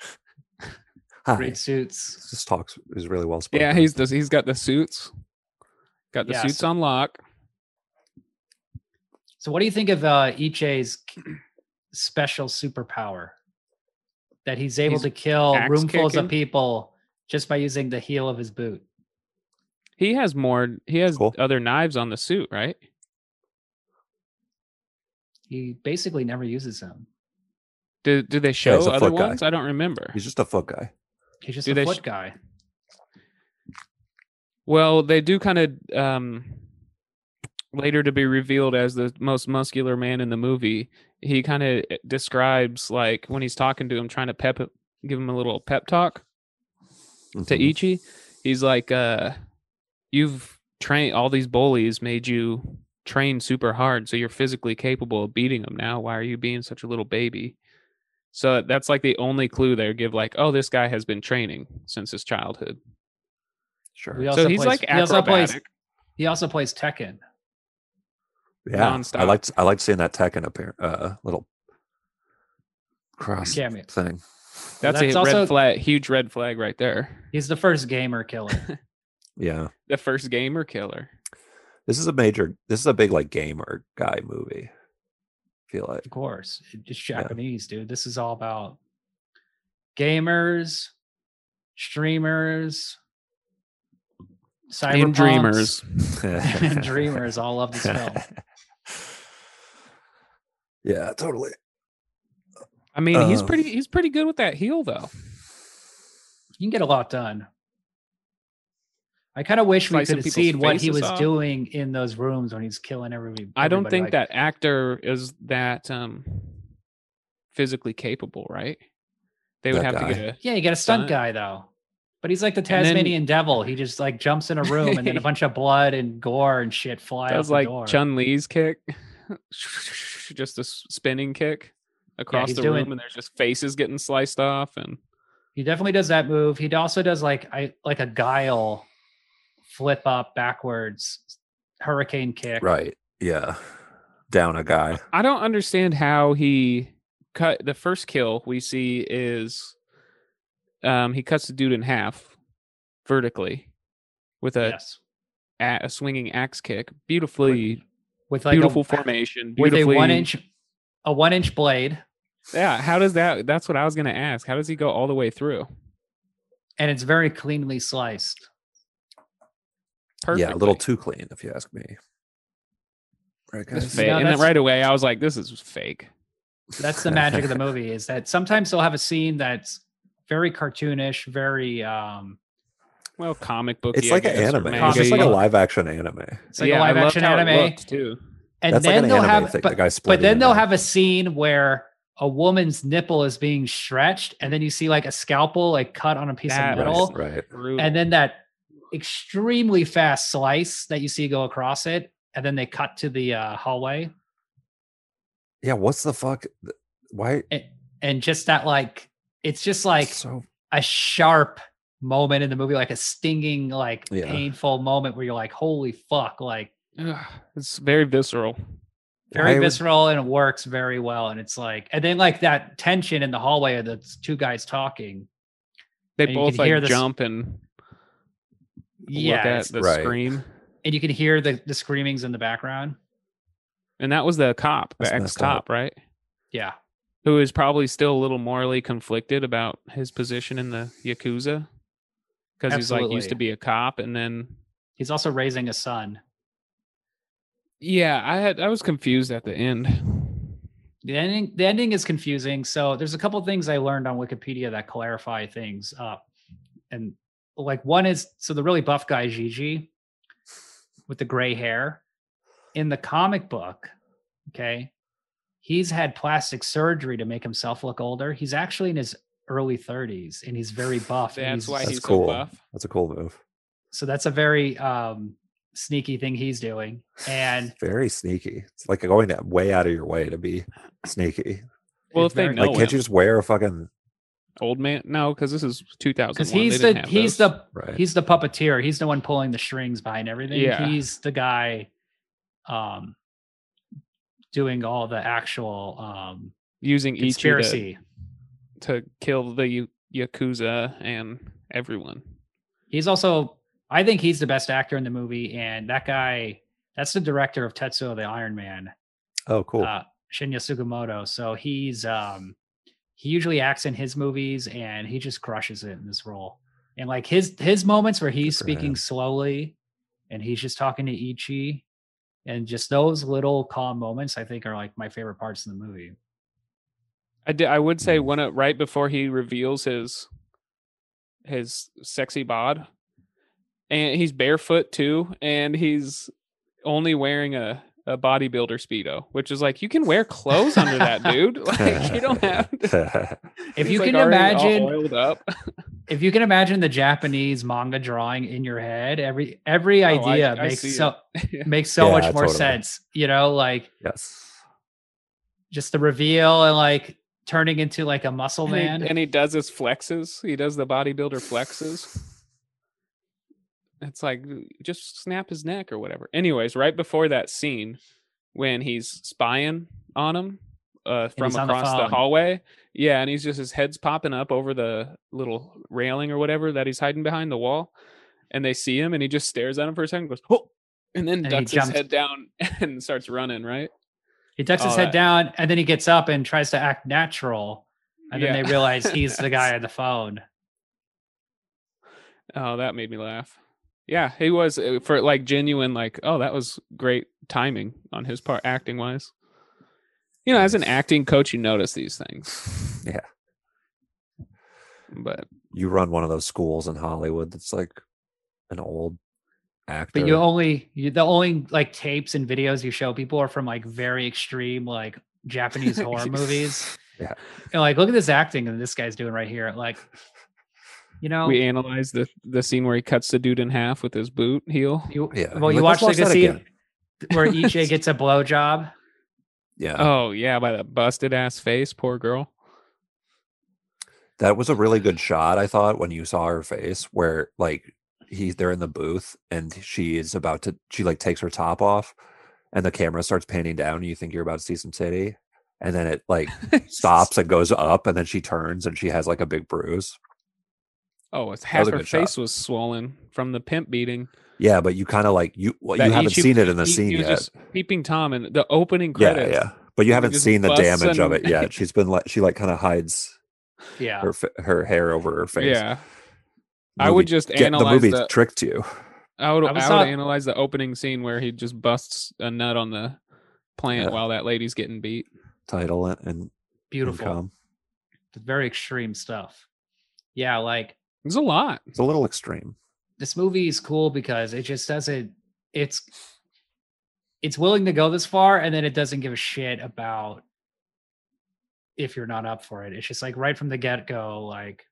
great suits This talks is really well spoken. Yeah, he's does he's got the suits. Got the Yeah, suits so- on lock. so what do you think of uh Iche's special superpower that he's able He's to kill axe roomfuls kicking? of people just by using the heel of his boot He has more. He has Cool. other knives on the suit, right? he basically never uses them Do do they show he's a other foot guy. ones? I don't remember. he's just a foot guy. he's just Do a they foot sh- guy Well, they do kind of um later to be revealed as the most muscular man in the movie. He kind of describes like when he's talking to him, trying to pep give him a little pep talk. Mm-hmm. to Mhm. Ichi. He's like, uh, you've trained all these bullies, made you train super hard, so you're physically capable of beating them now. Why are you being such a little baby? So that's like the only clue they give, like, oh, this guy has been training since his childhood. Sure. We Yeah, also so he's plays- like he also acrobatic. plays- he also plays tekken I nonstop. liked I liked seeing that tech in a pair, uh, little cross Cameo. thing. That's, that's a also- red flag, huge red flag right there. He's the first gamer killer. Yeah. The first gamer killer. This is a major this is a big like gamer guy movie. I feel *laughs* like. of course. It's Japanese, dude. This is all about gamers, streamers, cyberpunks, And dreamers. *laughs* *laughs* and dreamers all love this film. yeah, totally. I mean, he's Uh, pretty he's pretty good with that heel though. You can get a lot done. I kind of wish we Slicing could have people's seen what he faces was off. doing in those rooms when he's killing everybody. I don't everybody, think like- that actor is that um physically capable, right? They would That have guy. to get a Yeah, you got a stunt Stunt. guy though. But he's like the then- Tasmanian devil. He just like jumps in a room *laughs* and then a bunch of blood and gore and shit fly that out was the like door. Chun Li's kick, *laughs* just a s- spinning kick across he's the doing- room, and there's just faces getting sliced off, and he definitely does that move. He also does like I like a guile flip up backwards hurricane kick. Right. Yeah. Down a guy. I don't understand how he cut the first kill we see is um he cuts the dude in half vertically with a, Yes. a, a swinging axe kick beautifully With like beautiful a, formation with beautifully a one inch a one inch blade. yeah how does that that's what i was gonna ask how does he go all the way through And it's very cleanly sliced. perfect Yeah, a little too clean, if you ask me. Right, guys? fake. No, and then that's- right away i was like this is fake That's the magic *laughs* of the movie is that sometimes they'll have a scene that's very cartoonish, very um well comic book It's like an anime. It's just like a live action anime. it's like a live action anime. too And That's like then an they'll anime have thing. but, the guy split but then they'll have a scene where a woman's nipple is being stretched and then you see like a scalpel like cut on a piece That of was- metal right, right. Brutal. and then that extremely fast slice that you see go across it and then they cut to the uh, hallway Yeah, what's the fuck? Why? and just that like it's just like so a sharp moment in the movie like a stinging like Yeah. painful moment where you're like holy fuck like Ugh, it's very visceral very Why would- visceral and it works very well and it's like and then like that tension in the hallway of the two guys talking they And you both can hear like this- jump and yeah look at it's- the Right. scream. and you can hear the, the screamings in the background And that was the cop, the That's ex messed up. cop, right? yeah Who is probably still a little morally conflicted about his position in the Yakuza. Because he's like used to Absolutely. be a cop and then he's also raising a son Yeah, I had I was confused at the end. The ending, the ending is confusing. So there's a couple things I learned on Wikipedia that clarify things up. And like one is so the really buff guy Gigi with the gray hair in the comic book, okay? He's had plastic surgery to make himself look older. He's actually in his early 30s and he's very buff. and That's why That's he's cool. so buff. that's a cool move. so that's a very um sneaky thing he's doing. And Very sneaky. It's like going that way out of your way to be sneaky. Well, He's if they very- know Like, can't him. you just wear a fucking old man, no, because this is two thousand. because he's the he's the right? he's the puppeteer. He's the one pulling the strings behind everything. Yeah. He's the guy um doing all the actual um using each to, conspiracy. to kill the y- yakuza and everyone. He's also I think he's the best actor in the movie and that guy that's the director of Tetsuo the Iron Man, oh, cool. *laughs* uh *laughs* Shinya Sugimoto. So he's um he usually acts in his movies and he just crushes it in this role. And like his his moments where he's for speaking him. slowly and he's just talking to Ichi and just those little calm moments I think are like my favorite parts in the movie. I did, I would say Mm. when it, right before he reveals his his sexy bod, and he's barefoot too, and he's only wearing a a bodybuilder speedo, which is like you can wear clothes under that, dude. *laughs* Like *laughs* you don't have. To, If He's, you like, can already all imagine oiled up. if you can imagine the Japanese manga drawing in your head, every every Oh, I- idea I see it. *laughs* makes so Yeah. *laughs* makes so Yeah, much more totally. sense. You know, like yes. just the reveal and like turning into like a muscle And he, man. and he does his flexes. He does the bodybuilder flexes. It's like just snap his neck or whatever. Anyways, right before that scene when he's spying on him, uh, from he's on the across the, phone. hallway. Yeah, and he's just his head's popping up over the little railing or whatever that he's hiding behind the wall, and they see him, and he just stares at him for a second, goes oh, and then And he ducks his jumps. head down *laughs* and starts running. Right? He ducks his Oh, head that- down and then he gets up and tries to act natural. And Yeah. then they *laughs* realize he's the guy on the phone. Oh, that made me laugh. Yeah, he was uh, for like genuine, like, oh, that was great timing on his part, acting wise. You know, as an Nice. acting coach, you notice these *laughs* things, Yeah. but You run one of those schools in Hollywood that's like an old actor. But you only you, the only like tapes and videos you show people are from like very extreme like *laughs* Japanese horror movies. Yeah. And like look at this acting that this guy's doing right here. Like you know we analyzed the the scene where he cuts the dude in half with his boot heel. you, Yeah, well you like, watch let's like watch the that scene *laughs* where EJ gets a blowjob. yeah. Oh yeah, by the busted ass face, poor girl. *laughs* That was a really good shot, I thought, when you saw her face, where like he's there in the booth and she is about to, she like takes her top off and the camera starts panning down. And you think you're about to see some titty. And then it *laughs* like stops and goes up and then she turns and she has like a big bruise. Oh, it's was half a her good shot. face was swollen from the pimp beating. Yeah, but you kind of like, you, well, That- you haven't she- seen it in the he- scene he was yet. just peeping Tom and the opening yeah, credits. yeah. But you haven't just seen the busts damage of and- it *laughs* yet. She's been like, she like kind of hides Yeah. her, fa- her hair over her face. Yeah. I Movie- would just get- the analyze movie the tricked you. I would, I I was would not- analyze the opening scene where he just busts a nut on the plant Yeah. while that lady's getting beat. Title it and Beautiful. income. Very extreme stuff. Yeah, like There's a lot. It's a little extreme. this movie is cool because it just doesn't it's it's willing to go this far and then it doesn't give a shit about if you're not up for it it's just like right from the get-go like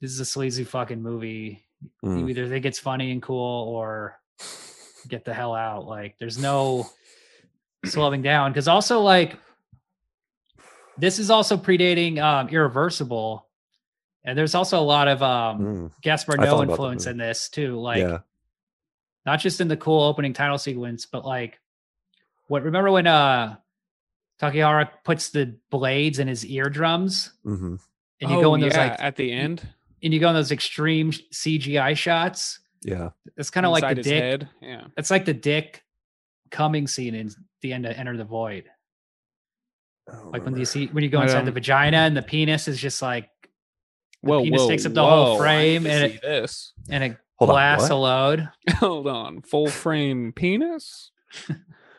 this is a sleazy fucking movie you Mm. either think it's funny and cool or get the hell out like there's no slowing down because also like this is also predating um irreversible and there's also a lot of um Mm. Gaspar I thought No about that influence movie. in this too. Like yeah. not just in the cool opening title sequence, but like what remember when uh Takehara puts the blades in his eardrums hmm and you go in Oh, yeah, those like at the end, and you go in those extreme sh- CGI shots. Yeah. It's kind of like the inside his dick. head. Yeah, It's like the dick coming scene in the end of Enter the Void. Oh, Like when you see when you go I inside the don't- vagina and the penis is just like the whoa, penis whoa, takes up the whole whoa, I need frame to and see this. *laughs* and it Hold on, blasts a what? load. Hold on, full frame penis.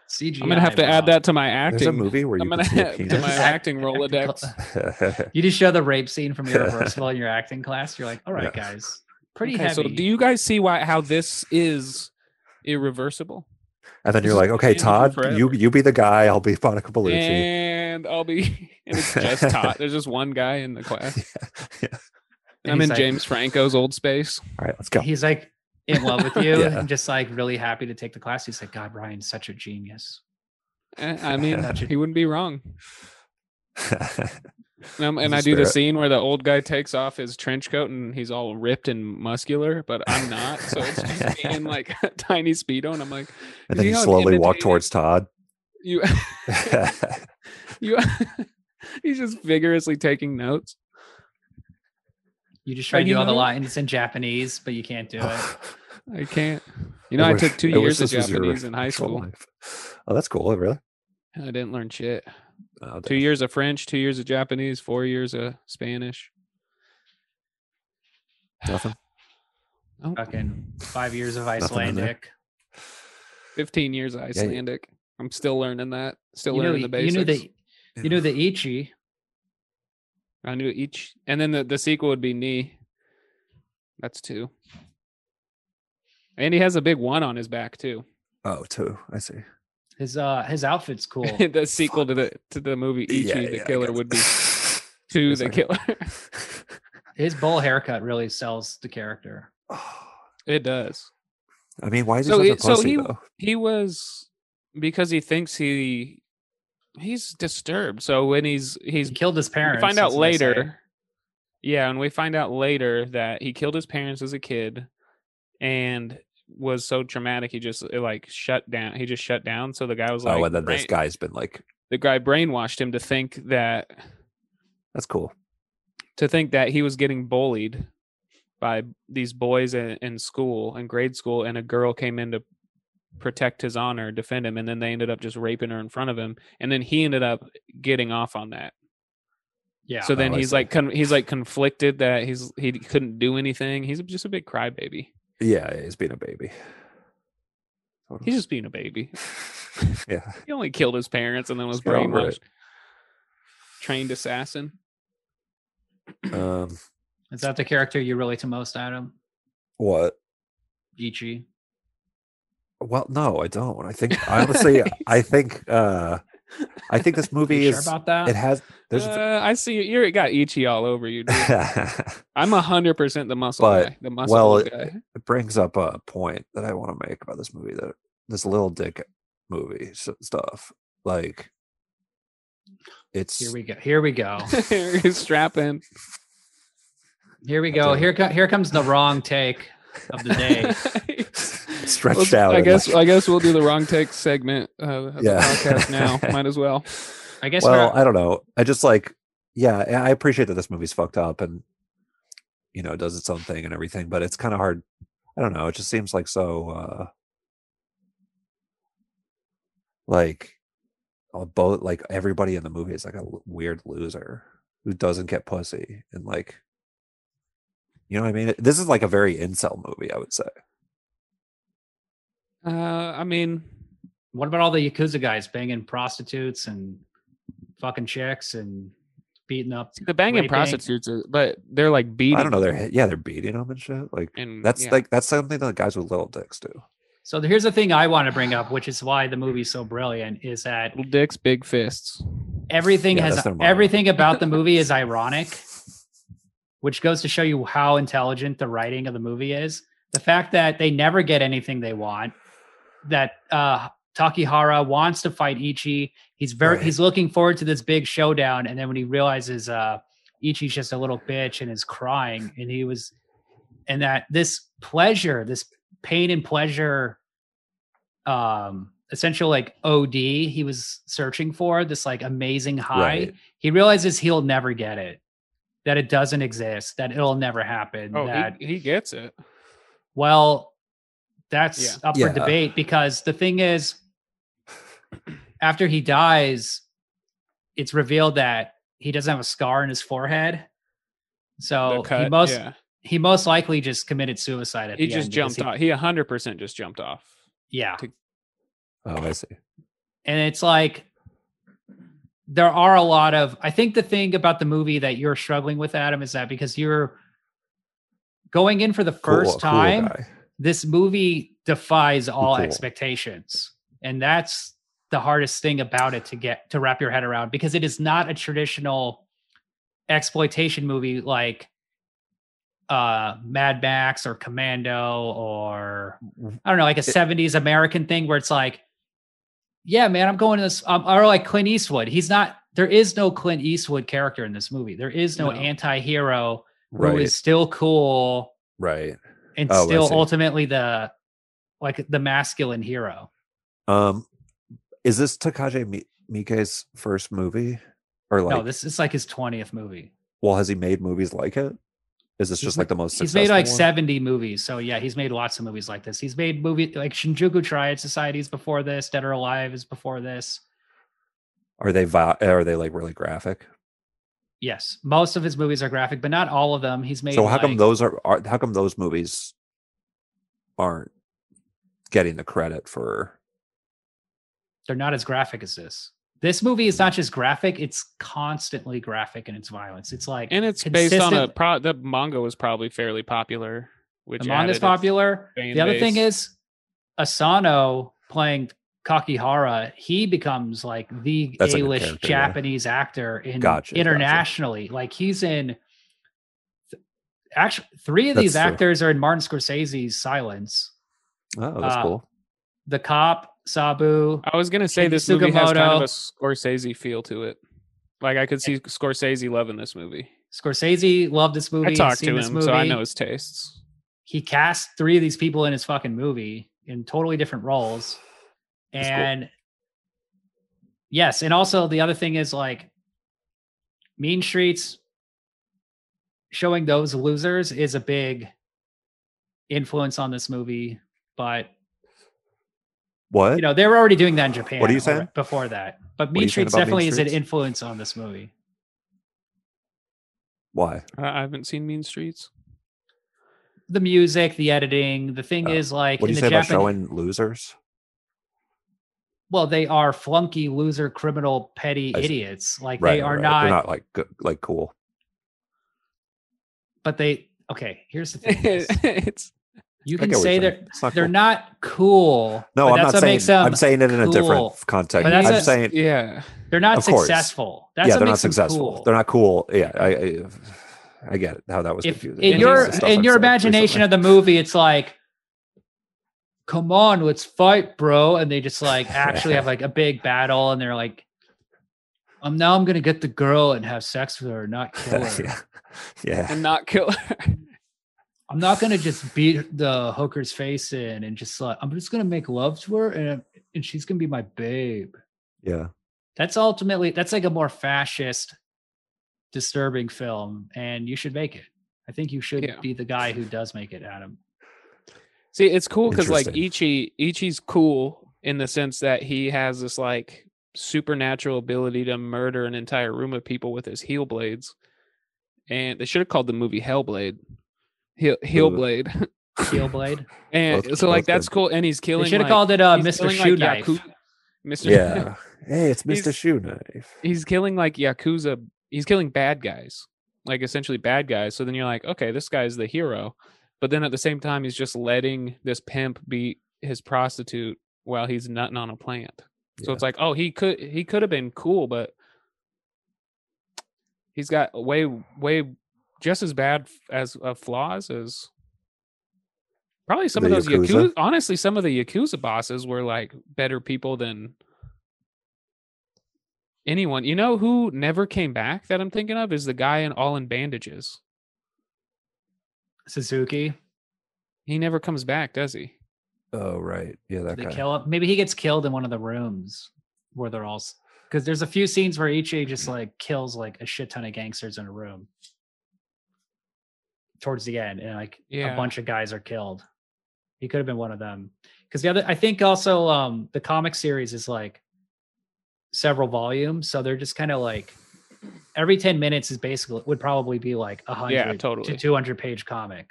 CGI. I'm gonna have to add bro. that to my acting. There's a movie where I'm you gonna can see a add *laughs* to my *laughs* penis. acting rolodex. You just show the rape scene from *laughs* Irreversible in your acting class. You're like, all right, Yeah. guys, pretty okay, heavy. so do you guys see why how this is irreversible? *laughs* and then This you're is like, okay, Andy Todd, forever. you you be the guy. I'll be *laughs* Monica Bellucci. And I'll be *laughs* *laughs* and it's just Todd. There's just one guy in the class. Yeah. And I'm he's in like- James Franco's old space. All right, let's go. He's like in love *laughs* with you Yeah. and just like really happy to take the class. He's like, God, Ryan's such a genius. Eh, *laughs* I mean, That should- he wouldn't be wrong. And, I'm- He's and a I do the spirit. scene where the old guy takes off his trench coat and he's all ripped and muscular, but I'm not. So it's *laughs* just me in like *laughs* a tiny speedo, and I'm like, and then you you know, slowly walk intimidating. towards Todd. *laughs* you, *laughs* yeah, you. *laughs* he's just vigorously taking notes. You just try Like, to you do all the know- lines in Japanese, but you can't Oh. do it. I can't. You know, I, wish- took two I wish years of this was your Japanese in high actual school. life. Oh, that's cool. Really? I didn't learn shit. Oh, Two damn. years of French, two years of Japanese, four years of Spanish. Nothing. Oh, Fucking five years of Nothing in there. Icelandic. 15 years of Yeah, you- Icelandic. I'm still learning that. Still You knew, learning the you basics. knew the you knew the Ichi. I knew each, and then the, the sequel would be knee. That's two. And he has a big one on his back too. Oh, two. I see. His uh his outfit's cool. *laughs* the sequel to the to the movie Ichi Yeah, the yeah, I Killer got *laughs* would be it. two Yes, the I- killer. *laughs* *laughs* His bowl haircut really sells the character. it does. Oh, I mean, why is he So such a he- so pussy he- though? He was because he thinks he he's disturbed. So when he's he's He killed his parents. We find out that's what they say. later. Yeah, and we find out later that he killed his parents as a kid, and was so traumatic he just it, like shut down. He just shut down. So the guy was like, oh, and then this "Right." guy's been like, the the guy brainwashed him to think that That's cool. to think that he was getting bullied by these boys in, in school in grade school and a girl came in to protect his honor defend him and then they ended up just raping her in front of him and then he ended up getting off on that Yeah. so then Oh, I he's see. like con- he's like conflicted that he's he couldn't do anything he's just a big crybaby Yeah, he's being a baby. Totally. he's just being a baby *laughs* yeah. he only killed his parents and then was Just get over brainwashed it. trained assassin Um, is that the character you relate to most, Adam? what? Ichi. Well, no, I don't. I think *laughs* honestly, I think uh, I think this Are movie you is sure about that? it has there's. *laughs* a Uh, I see you. You're, you got Ichi all over *laughs* you. Dude. I'm hundred percent the muscle But, guy. The muscle well, guy. *laughs* it brings up a point that I want to make about this movie that this little dick movie s- stuff like it's Here we go. Here we go. He's strapping. Here *laughs* we go. Okay. Here, co- here comes the wrong take of the *laughs* *laughs* day. stretched Let's- out. I and, guess. like- I guess we'll do the wrong take segment uh, of Yeah. the podcast *laughs* now. Might as well. I guess well, we're- I don't know. I just like, yeah, I- I appreciate that this movie's fucked up and you know does its own thing and everything, but it's kind of hard. I don't know. It just seems like so, uh like a both like everybody in the movie is like a l- weird loser who doesn't get pussy and like, you know what I mean. This is like a very incel movie, I would say. Uh, I mean, what about all the yakuza guys banging prostitutes and fucking chicks and beating up? the banging Raping. prostitutes, are, but they're like beating. I don't know. They're hit- yeah, they're beating them and shit. Like And that's yeah. like that's something that guys with little dicks do. So here's the thing I want to bring up, which is why the movie's so brilliant, is that little dicks, big fists. everything Yeah, has that's their motto. everything about the movie *laughs* is ironic, which goes to show you how intelligent the writing of the movie is. The fact that they never get anything they want, that uh Takihara wants to fight Ichi. He's very Right. he's looking forward to this big showdown, and then when he realizes uh Ichi's just a little bitch and is crying, and he was and that this pleasure, this pain and pleasure um essential like OD he was searching for, this like amazing high. Right. He realizes he'll never get it, that it doesn't exist, that it'll never happen. Oh, that he, he gets it. well, that's up for Yeah. debate because the thing is, after he dies, it's revealed that he doesn't have a scar in his forehead. the So cut. Oh, he most yeah. he most likely just committed suicide at He the end just because jumped he- off. He hundred percent just jumped off. Yeah, Oh, I see. and it's like there are a lot of i think the thing about the movie that you're struggling with adam is that because you're going in for the Cool- first cool time guy. this movie defies all Cool. expectations and that's the hardest thing about it to get to wrap your head around because it is not a traditional exploitation movie like uh Mad Max or Commando or I don't know like a It- 70s American thing where it's like yeah man I'm going to this um, or like Clint Eastwood he's not there is no Clint Eastwood character in this movie there is no, No. anti-hero who Right. is still cool right. and Oh, I still see. ultimately the like the masculine hero. Um, is this Takaje Mi- Miike's first movie, or like? no, this is like his 20th movie. well, has he made movies like it? Is this He's just ma- like the most? He's made like successful one? 70 movies. So yeah, he's made lots of movies like this. He's made movie like Shinjuku Triad Societies before this, Dead or Alive is before this. Are they vi- are they like really graphic? Yes, most of his movies are graphic, but not all of them. He's made So how come like- those are, are how come those movies aren't getting the credit for? they're not as graphic as this. This movie is not just graphic, it's constantly graphic in its violence. It's like And it's based on a consistent- pro the manga was probably fairly popular, which the manga's added its- popular. fan The other thing base. is Asano playing Kakihara, he becomes like the That's like a A-list character, yeah. Japanese actor in Gotcha, gotcha. internationally. Like he's in th- actually three of these That's true. actors are in Martin Scorsese's Silence. Oh, that's Uh, cool. The cop, Sabu. I was gonna say this movie has kind Sugimoto. of a Scorsese feel to it. Like I could see Scorsese loving this movie. Scorsese loved this movie. I and talked seen to this him, so I movie. know his tastes. he cast three of these people in his fucking movie in totally different roles That's cool. and yes, and also the other thing is like Mean Streets showing those losers is a big influence on this movie, but What? you know they were already doing that in Japan. What are you alre- saying? before that? But are you Mean saying Streets about Mean definitely is an Streets? influence on this movie. Why? I I haven't seen Mean *laughs* Streets. The music, the editing. The thing Oh. is, like What do in you say the about Japanese, showing losers? well, they are flunky loser, criminal, petty I see. idiots. Like right. they are right. not, They're not like good, like cool. But they okay. Here's the *laughs* thing: is it's you I get can what say you're saying. they're It's not they're cool. not cool. No, but I'm that's not what saying. makes them. I'm saying it in a cool. different context. But that's I'm a- saying, yeah. they're not of course. successful. That's yeah, what they're not makes them successful. cool. They're not cool. Yeah, I, I, I get it, how that was if confusing. in Yeah, your it's Stuff in I've your said imagination recently. of the movie, it's like, come on, let's fight, bro. And they just *laughs* like actually have like a big battle, and they're like, um, now I'm gonna get the girl and have sex with her, not kill her. *laughs* yeah, yeah. And not kill I'm not gonna just beat the hooker's face in and just like I'm just gonna make love to her and and she's gonna be my babe. *laughs* Yeah. That's ultimately that's like a more fascist, disturbing film, and you should make it. I think you should Yeah. be the guy who does make it, *laughs* Adam. See, it's cool because like Interesting. Ichi, Ichi's cool in the sense that he has this like supernatural ability to murder an entire room of people with his heel blades, and they should have called the movie Hellblade, heel heel Ooh. blade, Steel Blade. *laughs* and Both- so like both good. that's cool. And he's they killing. should have like- called it uh, he's Mr. killing, Shoe like, Knife. *laughs* Yaku- Mr. Yeah. hey, it's He's- Mr. Shoe Knife. he's killing like yakuza he's killing bad guys like essentially bad guys so then you're like okay this guy's the hero but then at the same time he's just letting this pimp beat his prostitute while he's nutting on a plant so Yeah. it's like oh he could he could have been cool but he's got way way just as bad f- as uh, flaws as probably some The of those yakuza? Yakuza? honestly some of the yakuza bosses were like better people than anyone you know who never came back that i'm thinking of is the guy in all in bandages Suzuki. he never comes back does he Oh right. Yeah, that They guy. kill him. Maybe he gets killed in one of the rooms where they're all because there's a few scenes where Ichi Mm. just like kills like a shit ton of gangsters in a room towards the end, and like Yeah. a bunch of guys are killed. He could have been one of them because the other I think also um the comic series is like several volumes, so they're just kind of like every ten minutes is basically would probably be like a hundred totally. to two hundred page comic.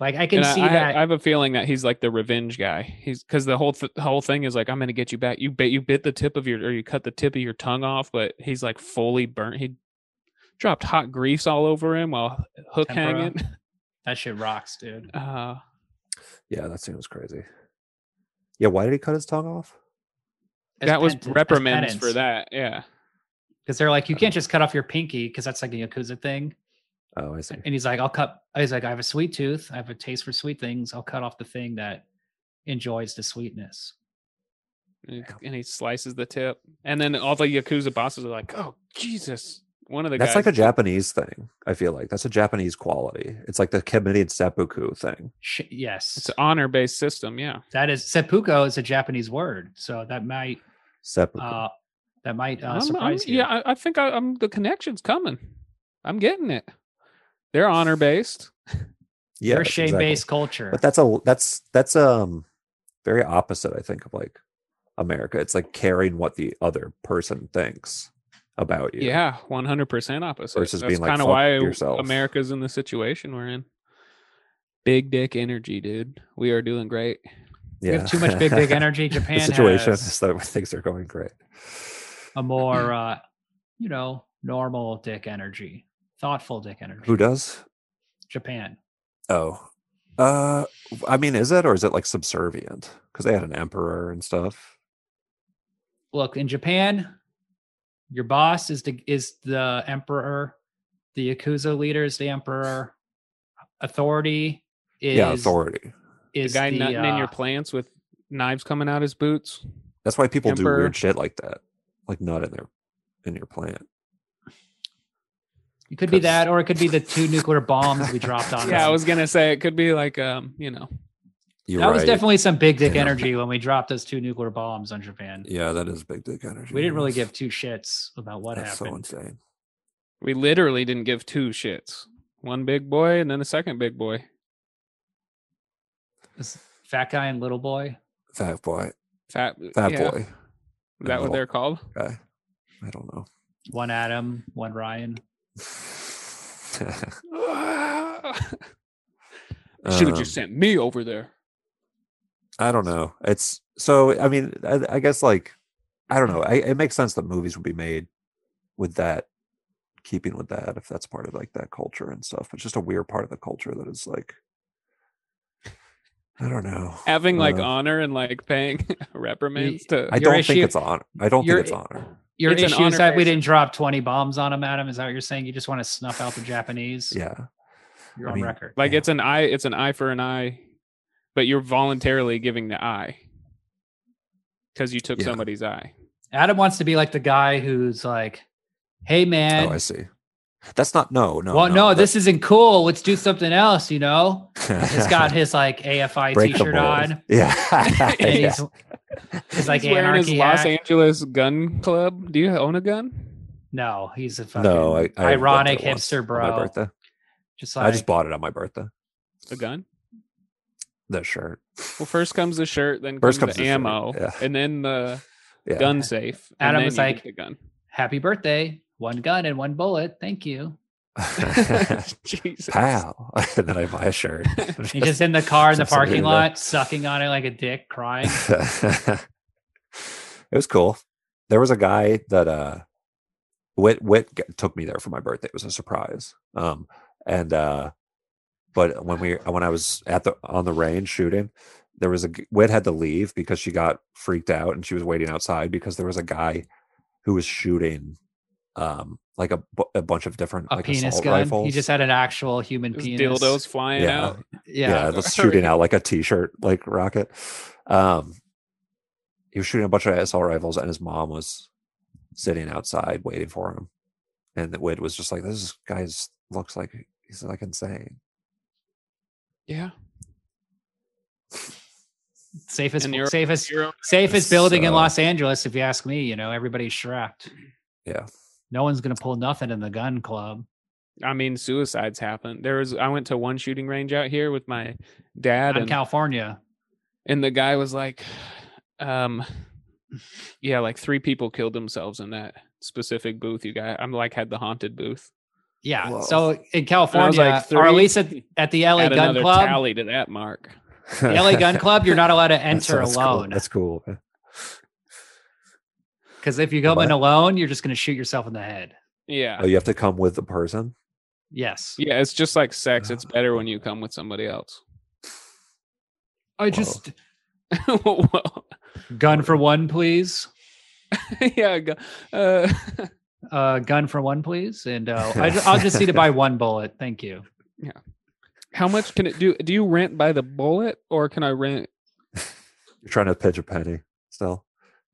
Like I can And I- see I, that. I have a feeling that he's like the revenge guy. He's because the whole th- whole thing is like, I'm gonna get you back. You bit you bit the tip of your or you cut the tip of your tongue off, but he's like fully burnt. He dropped hot grease all over him while hook Tempura. hanging. that shit rocks, dude. Uh, Yeah, that seems crazy. Yeah, why did he cut his tongue off? As that was pent- as reprimands penance. for that. Yeah, because they're like, you can't just cut off your pinky because that's like a yakuza thing. Oh, I see. And he's like, I'll cut. He's like, I have a sweet tooth. I have a taste for sweet things. I'll cut off the thing that enjoys the sweetness. and, he- and he slices the tip, and then all the yakuza bosses are like, "Oh Jesus!" One of the That's guys, like a Japanese thing. I feel like that's a Japanese quality. It's like the committed seppuku thing. Sh- yes, it's an honor based system. Yeah, that is seppuku is a Japanese word, so that might Seppuku. uh, that might uh, I'm- I'm- surprise you. Yeah, I, I think I, I'm the connection's coming. I'm getting it. They're honor based. yeah, Your shame based culture. But that's a that's that's um very opposite. I think of like America. It's like caring what the other person thinks about you. Yeah, one hundred percent opposite. Versus That's being like, kind of "Fuck why yourself." America's in the situation we're in. Big dick energy, dude. We are doing great. We yeah. *laughs* have too much big big energy. the Japan situation has is that *laughs* things are going great. a more uh, you know normal dick energy, thoughtful dick energy. Who does? Japan. Oh, uh, I mean, is it or is it like subservient? Because they had an emperor and stuff. look in Japan, your boss is the is the emperor, the yakuza leader is the emperor, authority is yeah, authority. The is guy nutting in your uh, plants with knives coming out his boots. That's why people do emperor. weird shit like that, like not in their in your plant. It could be 'cause- that, or it could be the two nuclear bombs we dropped on. *laughs* Yeah, I them. was gonna say it could be like um, you know, You're that right. was definitely some big dick Yeah. energy when we dropped those two nuclear bombs on Japan. yeah, that is big dick energy. We didn't really That's- give two shits about what that's happened. so insane. We literally didn't give two shits. One big boy and then a second big boy. This fat guy and little boy. Fat boy, Fat, uh, fat yeah, boy. Is that what Little they're called? *laughs* guy. I don't know. *laughs* One Adam, one Ryan. Should Should Um, have just sent me over there. I don't know. It's so. I mean, I, I guess like I don't know. I, it makes sense that movies would be made with that, keeping with that if that's part of like that culture and stuff. It's just a weird part of the culture that is like, I don't know. Having like Uh, honor and like paying *laughs* reprimands to I Your don't think issue- it's honor. I don't your- think it's honor. Your It's an issue is honor that we based- didn't drop 20 bombs on him, Adam. Is that what you're saying? You just want to snuff out the Japanese? Yeah, You're I on mean- record. like Yeah. it's an eye it's an eye for an eye, but you're voluntarily giving the eye. Because you took Yeah. somebody's eye. Adam wants to be like the guy who's like, hey, man. Oh, I see. That's not no, no. well, no, that- *laughs* this isn't cool. Let's do something else, you know? He's got his like AFI t Break the shirt mold. on. Yeah, And *laughs* *laughs* Yeah. he's, he's like He's wearing his anarchy Los hat. Angeles gun club. Do you own a gun? No, he's a fucking no, I, I ironic went to it hipster once on bro. My birthday. Just I like just bought it on my birthday. A gun? That shirt. *laughs* Well, first comes the shirt, then First comes, comes the, the shirt, ammo, yeah. and then the Yeah. gun safe. and Adam then was you like- get the gun. happy birthday, one gun and one bullet. Thank you. *laughs* *laughs* Jesus. Pow. and then I buy *laughs* a shirt. *laughs* He's just in the car in the Just sitting parking there. lot, sucking on it like a dick, *laughs* crying. it was cool. There was a guy that uh Wit Wit g- took me there for my birthday. It was a surprise. Um and uh but when we when I was at the on the range shooting, there was a g- Wit had to leave because she got freaked out and she was waiting outside because there was a guy who was shooting um like a, bu- a bunch of different A like penis assault gun. rifles. He just had an actual human There's penis. dildos flying Yeah. out. Yeah. yeah, that's shooting out like a t-shirt like rocket um he was shooting a bunch of assault rifles and his mom was sitting outside waiting for him and the wid was just like this guy's looks like he's like insane Yeah. Safest And you're- safest Your own- safest It's, building in uh, Los Angeles, if you ask me. You know, everybody's strapped. Yeah. No one's gonna pull nothing in the gun club. I mean, suicides happen. There was I went to one shooting range out here with my dad Out in and, California. and the guy was like um yeah, like three people killed themselves in that specific booth you got. I'm like had the haunted booth. Yeah. Whoa. So in And I was California, like or at three? least at, at the LA Add Gun another Club, tally to that mark. the LA *laughs* Gun Club, you're not allowed to That's- enter that's cool. alone. that's cool man. Because if you go in What? alone, you're just gonna shoot yourself in the head. Yeah. oh you have to come with the person Yes. Yeah, it's just like sex. It's better when you come with somebody else. *laughs* I just- Whoa. gun for one, please. yeah, go- uh, Uh, gun for one, please. And uh, I, I'll just need to buy one bullet. Thank you. how much can it do? Do you rent by the bullet, or can I rent? you're trying to pitch a penny still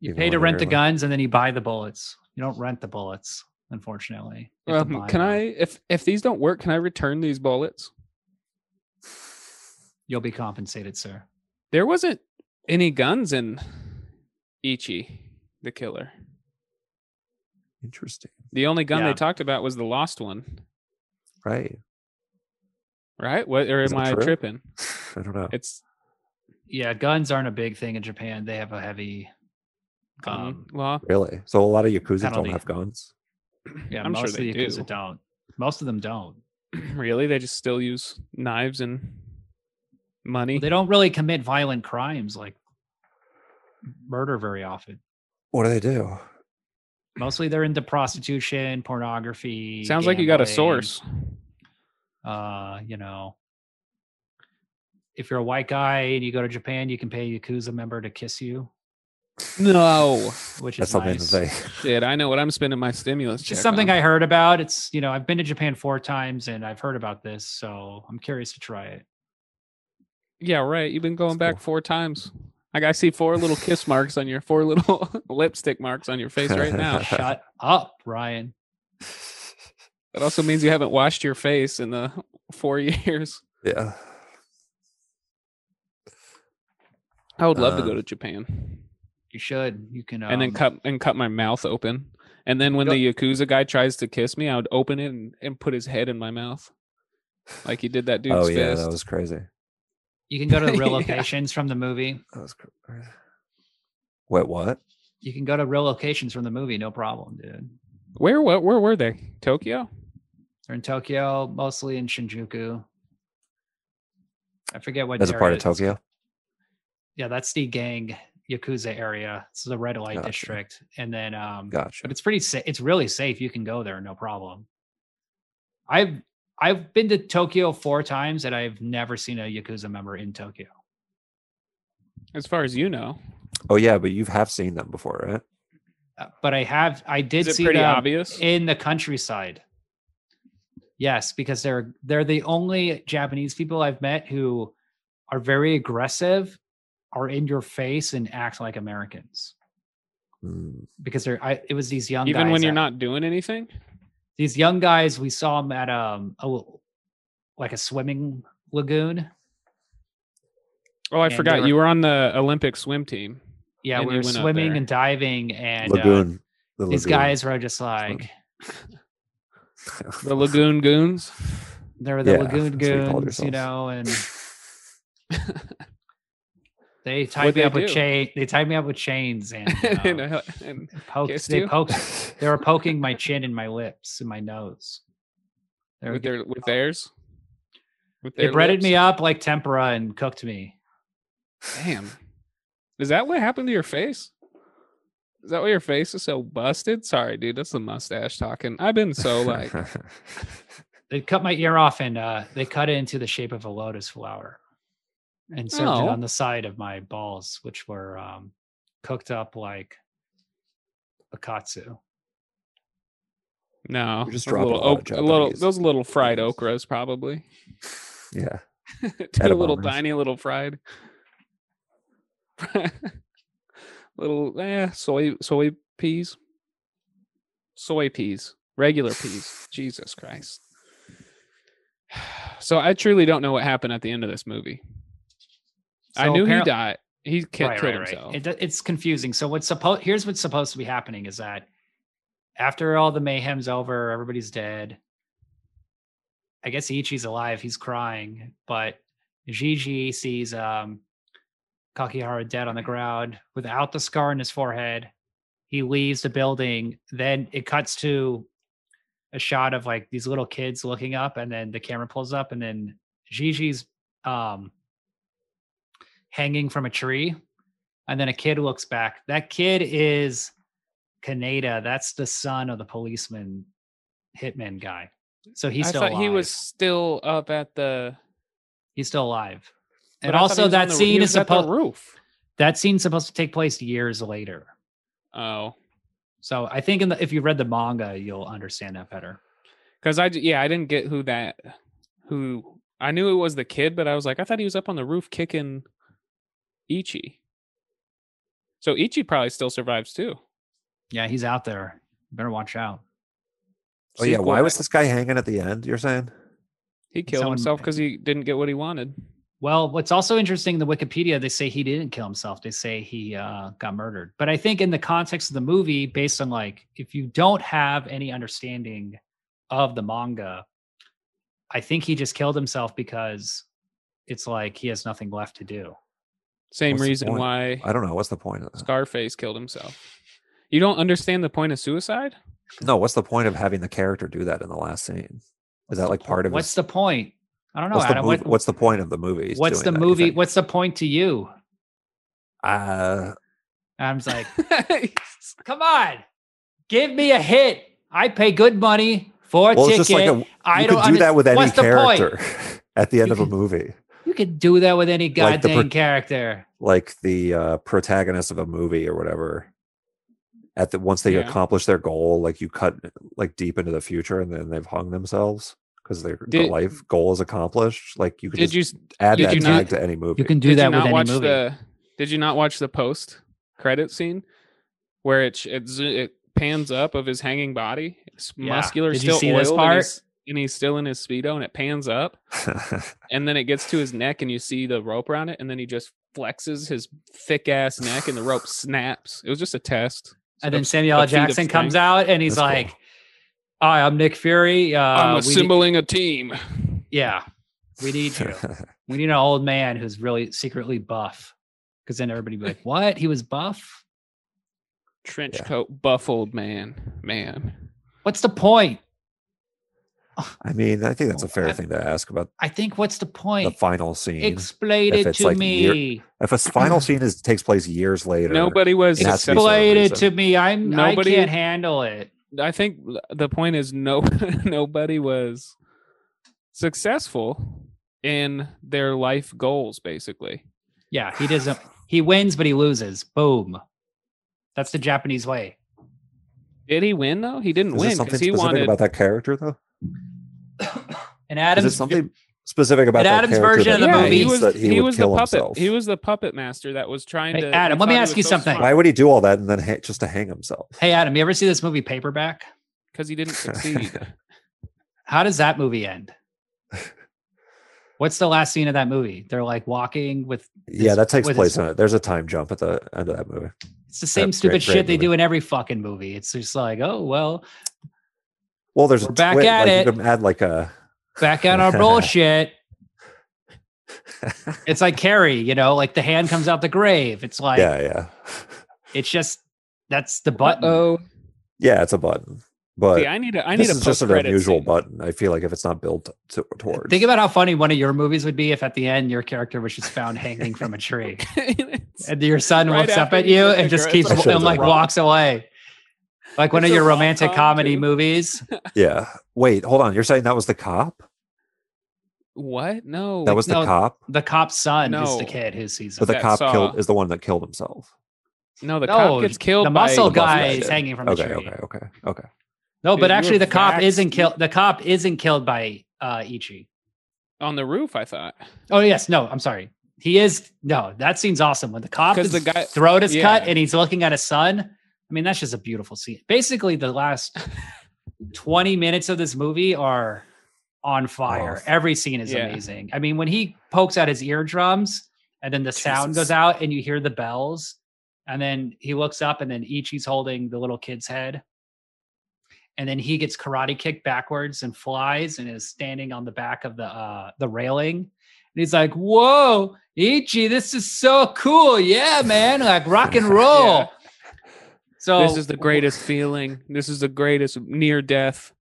You Even pay to when rent the you're- guns and then you buy the bullets. You don't rent the bullets, unfortunately. You have to Um, buy can them. I, if if these don't work, can I return these bullets? You'll be compensated, sir. There wasn't any guns in Ichi, the killer. interesting The only gun Yeah. they talked about was the lost one, right right? What or Is am that I true? tripping? i don't know It's Yeah, guns aren't a big thing in Japan. They have a heavy. gun Um, law. really so a lot of yakuza Penalty. don't have guns Yeah, I'm sure most they of the Yakuza *clears throat* do. don't. Most of them don't. really, they just still use knives and money. They don't really commit violent crimes like murder very often. what do they do Mostly they're into prostitution, pornography. Sounds like you got a gambling, source. Uh, you know, if you're a white guy and you go to Japan, you can pay a Yakuza member to kiss you, No, which that's is something nice. that they *laughs* dude, I know what I'm spending my stimulus. It's just check something on. I heard about. It's, you know, I've been to Japan four times and I've heard about this. So I'm curious to try *laughs* it. Yeah, right. You've been going That's back cool. four times. Like I see four little kiss marks on your four little *laughs* lipstick marks on your face *laughs* right now. Shut up, Ryan. That also means you haven't washed uh, *laughs* your face in the four years. Yeah. I would love to go Uh. Um, to Japan You should. You can. Um, and then cut and cut my mouth open. And then when Go- the yakuza guy tries to kiss me, I would open it and, and put his head in my mouth, like he did that *laughs* dude's oh fist. yeah, that was crazy. You can go to *laughs* the real Yeah. locations from the movie. That was. Oh, Cr- Wait, what? You can go to real locations from the movie, no problem, dude. Where what where were they? Tokyo? They're in Tokyo, mostly in Shinjuku. I forget what. That's a part of area it is. Tokyo. Yeah, that's the gang yakuza area. It's the red light Gotcha. district, and then um, Gotcha. but it's pretty safe. It's really safe. You can go there, no problem. I've I've been to Tokyo four times, and I've never seen a yakuza member in Tokyo. As far as you know. Oh yeah, but you have seen them before, right? Uh, But I have. I did Is it see pretty them obvious? in the countryside. Yes, because they're they're the only Japanese people I've met who are very aggressive, are in your face, and act like Americans. Mm. Because they're I, it was these young Even when guys you're that- not doing anything? these young guys we saw them at um a, like a swimming lagoon Oh, I And they forgot. were- You were on the Olympic swim team. yeah And we you were went up swimming there. and diving and uh, Lagoon. the these lagoon. guys were just like The Lagoon Goons. *laughs* they were the Yeah, lagoon that's what you called goons you yourselves. know and *laughs* they tied What'd me they up with do? chain they tied me up with *laughs* chains and, And, uh, uh, and poked, kissed they you? poked they were poking my chin and my lips and my nose they, were, *laughs* with their with theirs. With they breaded lips? me up like tempura and cooked me Damn. Is that what happened to your face? Is that why your face is so busted? Sorry, dude. That's the mustache talking. I've been *laughs* so like they cut my ear off and uh, they cut it into the shape of a lotus flower and served Oh. it on the side of my balls, which were um, cooked up like akatsu. no. You're just those dropping little a lot ok- of a little Japanese those little fried things. okras probably. yeah. *laughs* Two little Edamamers. tiny little fried. *laughs* little eh, soy soy peas. Soy peas. Regular peas. Jesus Christ. *sighs* So I truly don't know what happened at the end of this movie. I So knew he apparent- died. He ki- right, right, killed right. himself. It, do- it's confusing. So what's supposed here's what's supposed to be happening is that after all the mayhem's over, everybody's dead. I guess Ichi's alive. He's crying, but Gigi sees um, Kakihara dead on the ground without the scar on his forehead. He leaves the building. Then it cuts to a shot of like these little kids looking up, and then the camera pulls up, and then Gigi's um, hanging from a tree. And then a kid looks back. That kid is Kaneda. That's the son of the policeman hitman guy. So he's I still thought alive. he was still up at the. he's still alive. but And I thought he also was on that the- he scene is was at the supposed roof. that scene's supposed to take place years later. Oh, So I think in the, if you read the manga, you'll understand that better. because I d- yeah I didn't get who that who I knew it was the kid, but I was like I thought he was up on the roof kicking Ichi. So Ichi probably still survives too. Yeah, he's out there. Better watch out. Oh yeah. Sequel, Why was this guy hanging at the end? You're saying? he killed someone- himself because he didn't get what he wanted? Well, what's also interesting, the Wikipedia, they say he didn't kill himself. They say he uh, got murdered. But I think in the context of the movie, based on like, if you don't have any understanding of the manga, I think he just killed himself because it's like he has nothing left to do. Same What's the reason point? Uh, why I don't know. What's the point of that? Scarface killed himself. You don't understand the point of suicide. *laughs* No. What's the point of having the character do that in the last scene? Is that like part of What's his- the point? I don't know, what's, the Adam. mov- What- what's the point of the movie? he's what's doing the that, you movie? think? What's the point to you? Uh, Adam's *laughs* like, He's- come on, give me a hit. I pay good money for a well, ticket. it's just like a, I you don't could do that understand- with any What's the point? character *laughs* at the end You of a can- movie. You could do that with any Like the goddamn pro- character. like the uh, protagonist of a movie or whatever at the once they Yeah. accomplish their goal like you cut like deep into the future and then they've hung themselves because their, their Did- life goal is accomplished like you could Did just you s- add did that you tag not- to any movie You *laughs* can do did that you with not any watch movie. the did you not watch the post credit scene where it sh- it, zo- it pans up of his hanging body it's Yeah. muscular Did you still see oiled this and part? he's- and he's still in his speedo, and it pans up, and then it gets to his neck, and you see the rope around it, and then he just flexes his thick ass neck, and the rope snaps. It was just a test. and then Samuel L. a feat of Jackson comes strength. out and he's That's like, "Hi, I'm Nick Fury. Uh, I'm we need- assembling a team. yeah, we need *laughs* you. we need an old man who's really secretly buff, because then everybody be like, "What? He was buff? Trench Yeah. coat, buff old man, man. What's the point? I mean, I think that's a fair I- thing to ask about I think what's the the point? final scene. Explain if it it's to like year- me. if a *clears throat* final scene is takes place years later, Nobody was. It has to be successful. Explain it reason. to me. I'm Nobody- I can't handle it. I think the point is no *laughs* nobody was successful in their life goals basically. Yeah, he doesn't. He wins, but he loses. Boom. That's the Japanese way. Did he win though? He didn't is there win something because he specific wanted *laughs* about that character though? And is Adam's it something specific about in that Adam's character version of that the yeah, movie? he means was that he, would was the kill puppet. himself? He was the puppet master that was trying Hey, to Adam, he let me thought he ask was you so something. Why would he do all that and then ha- just to hang himself? *laughs* Hey Adam, you ever see this movie Paperback? Because *laughs* he didn't succeed. How does that movie end? What's the last scene of that movie? They're like walking with Yeah, His- that takes with place his- in it. There's a time jump at the end of that movie. it's the same great- stupid great shit they movie. do in every fucking movie. It's just like, oh well, Well, there's We're a back twin, at like, it. You can add like a back on *laughs* our bullshit. It's like Carrie, you know, like the hand comes out the grave. It's like yeah, yeah, *laughs* it's just that's the button. oh, yeah. It's a button, but see, I need a I need this a is just an post-credit unusual scene. button. I feel like if it's not built to, towards, Think about how funny one of your movies would be if at the end your character was just found hanging from a tree *laughs* It's- and your son Right looks up after at you you get the and just girl- keeps I should've and done like that. walks away. Like one It's of a your romantic rom-com, comedy too. *laughs* movies. yeah. Wait, hold on. You're saying that was the cop? what? No. That was no, the cop, The cop's son is the No. kid who sees him. but the that cop saw- killed is the one that killed himself. no, the No, cop gets killed the muscle by guy Buffalo is kid. hanging from a Okay, tree. okay, okay, okay. No, Dude, but you actually were the cop vaxxed. isn't killed. The cop isn't killed by uh, Ichi. on the roof, I thought. Oh yes, no, I'm sorry. He is no. That scene's awesome when the cop 'Cause is the guy- throat is cut yeah. and he's looking at his son. I mean, that's just a beautiful scene. Basically, the *laughs* last 20 minutes of this movie are on fire. Off. Every scene is Yeah. amazing. I mean, when he pokes out his eardrums and then the sound goes Jesus. out and you hear the bells, and then he looks up and then Ichi's holding the little kid's head. And then he gets karate kicked backwards and flies and is standing on the back of the uh, the railing. And he's like, "Whoa, Ichi, this is so cool! Yeah, man, like rock and roll." *laughs* Yeah. So Oh. this is the greatest feeling. This is the greatest near death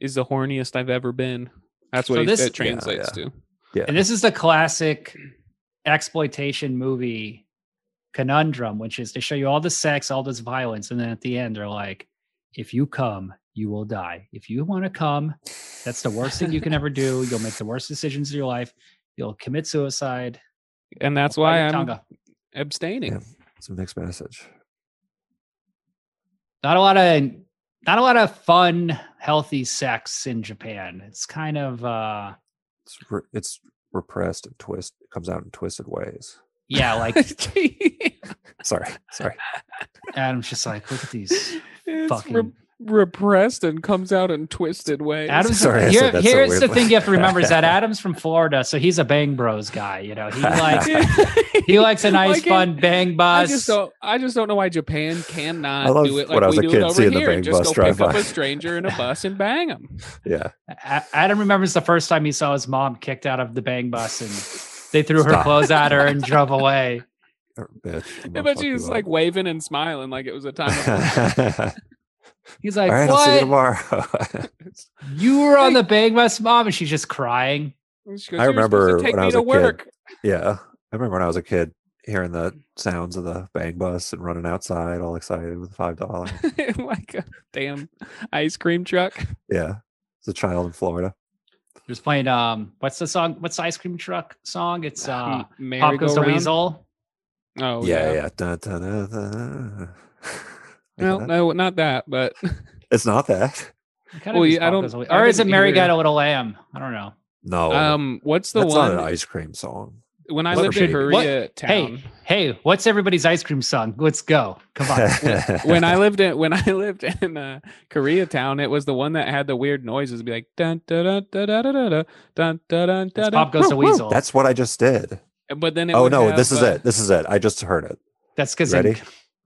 is the horniest I've ever been. That's what So he, this- that translates to. And this is the classic exploitation movie conundrum, which is they show you all the sex, all this violence, and then at the end they're like, if you come, you will die. If you want to come, that's the worst thing you can ever do. You'll make the worst decisions of your life. You'll commit suicide. And that's You'll cut why your I'm tongue out. abstaining. Yeah. It's a mixed message. not a lot of not a lot of fun, healthy sex in Japan. It's kind of uh It's re- it's repressed and twist. It comes out in twisted ways. yeah, *laughs* like *laughs* Sorry, sorry. Adam's just like, look at these *laughs* it's fucking re- repressed and comes out in twisted ways. *laughs* Adam's Sorry, I here, said that so here's the weirdly. thing you have to remember is that Adam's from Florida, so he's a bang bros guy. You know, he *laughs* likes he likes a nice Like, fun bang I bus. just don't. I just don't know why Japan cannot I love do it when I like was we a do kid it over seeing the here. bang and just bus go drive pick up by. a stranger in a bus and *laughs* bang him. Yeah. A- Adam remembers the first time he saw his mom kicked out of the bang bus and they threw her Stop. clothes at her and drove *laughs* away. Or, Bitch, I'm I gonna bet fuck she you was up." *laughs* like waving and smiling like it was a time. of- *laughs* He's like, All right, I'll see you "What? tomorrow. *laughs* You were on the bang bus, mom?" And she's just crying. She goes, I "You were supposed to remember take when I me was to a kid, work. yeah. I remember when I was a kid hearing the sounds of the bang bus and running outside all excited with *laughs* five dollars. *laughs* like a damn ice cream truck. yeah. As a child in Florida. There's playing um, what's the song? What's the ice cream truck song? It's uh, M- Ah, Merry Pop Goes the Go Round. Weasel. Oh yeah, yeah. yeah. Dun, dun, dun, dun. *laughs* Well, Like that. Oh, no, not that, but It's not that. It kind Well, is yeah, I Pop don't- Goes the Weasel. I Or is it didn't Mary hear- Got a Little Lamb? I don't know. No. um, what's the that's not an one ice cream song. when I What lived in baby? Korea town? hey, what's everybody's ice cream song? Let's go. Come *laughs* on. when I lived in when I *laughs* lived in uh, Koreatown, it was the one that had the weird noises, be like dun dun dun dun dun dun dun dun dun dun That's dun. Pop Goes the Weasel. That's what I just did. dun. But then it Oh would no, have, this is uh, it. This is it. I just heard it. That's because Ready?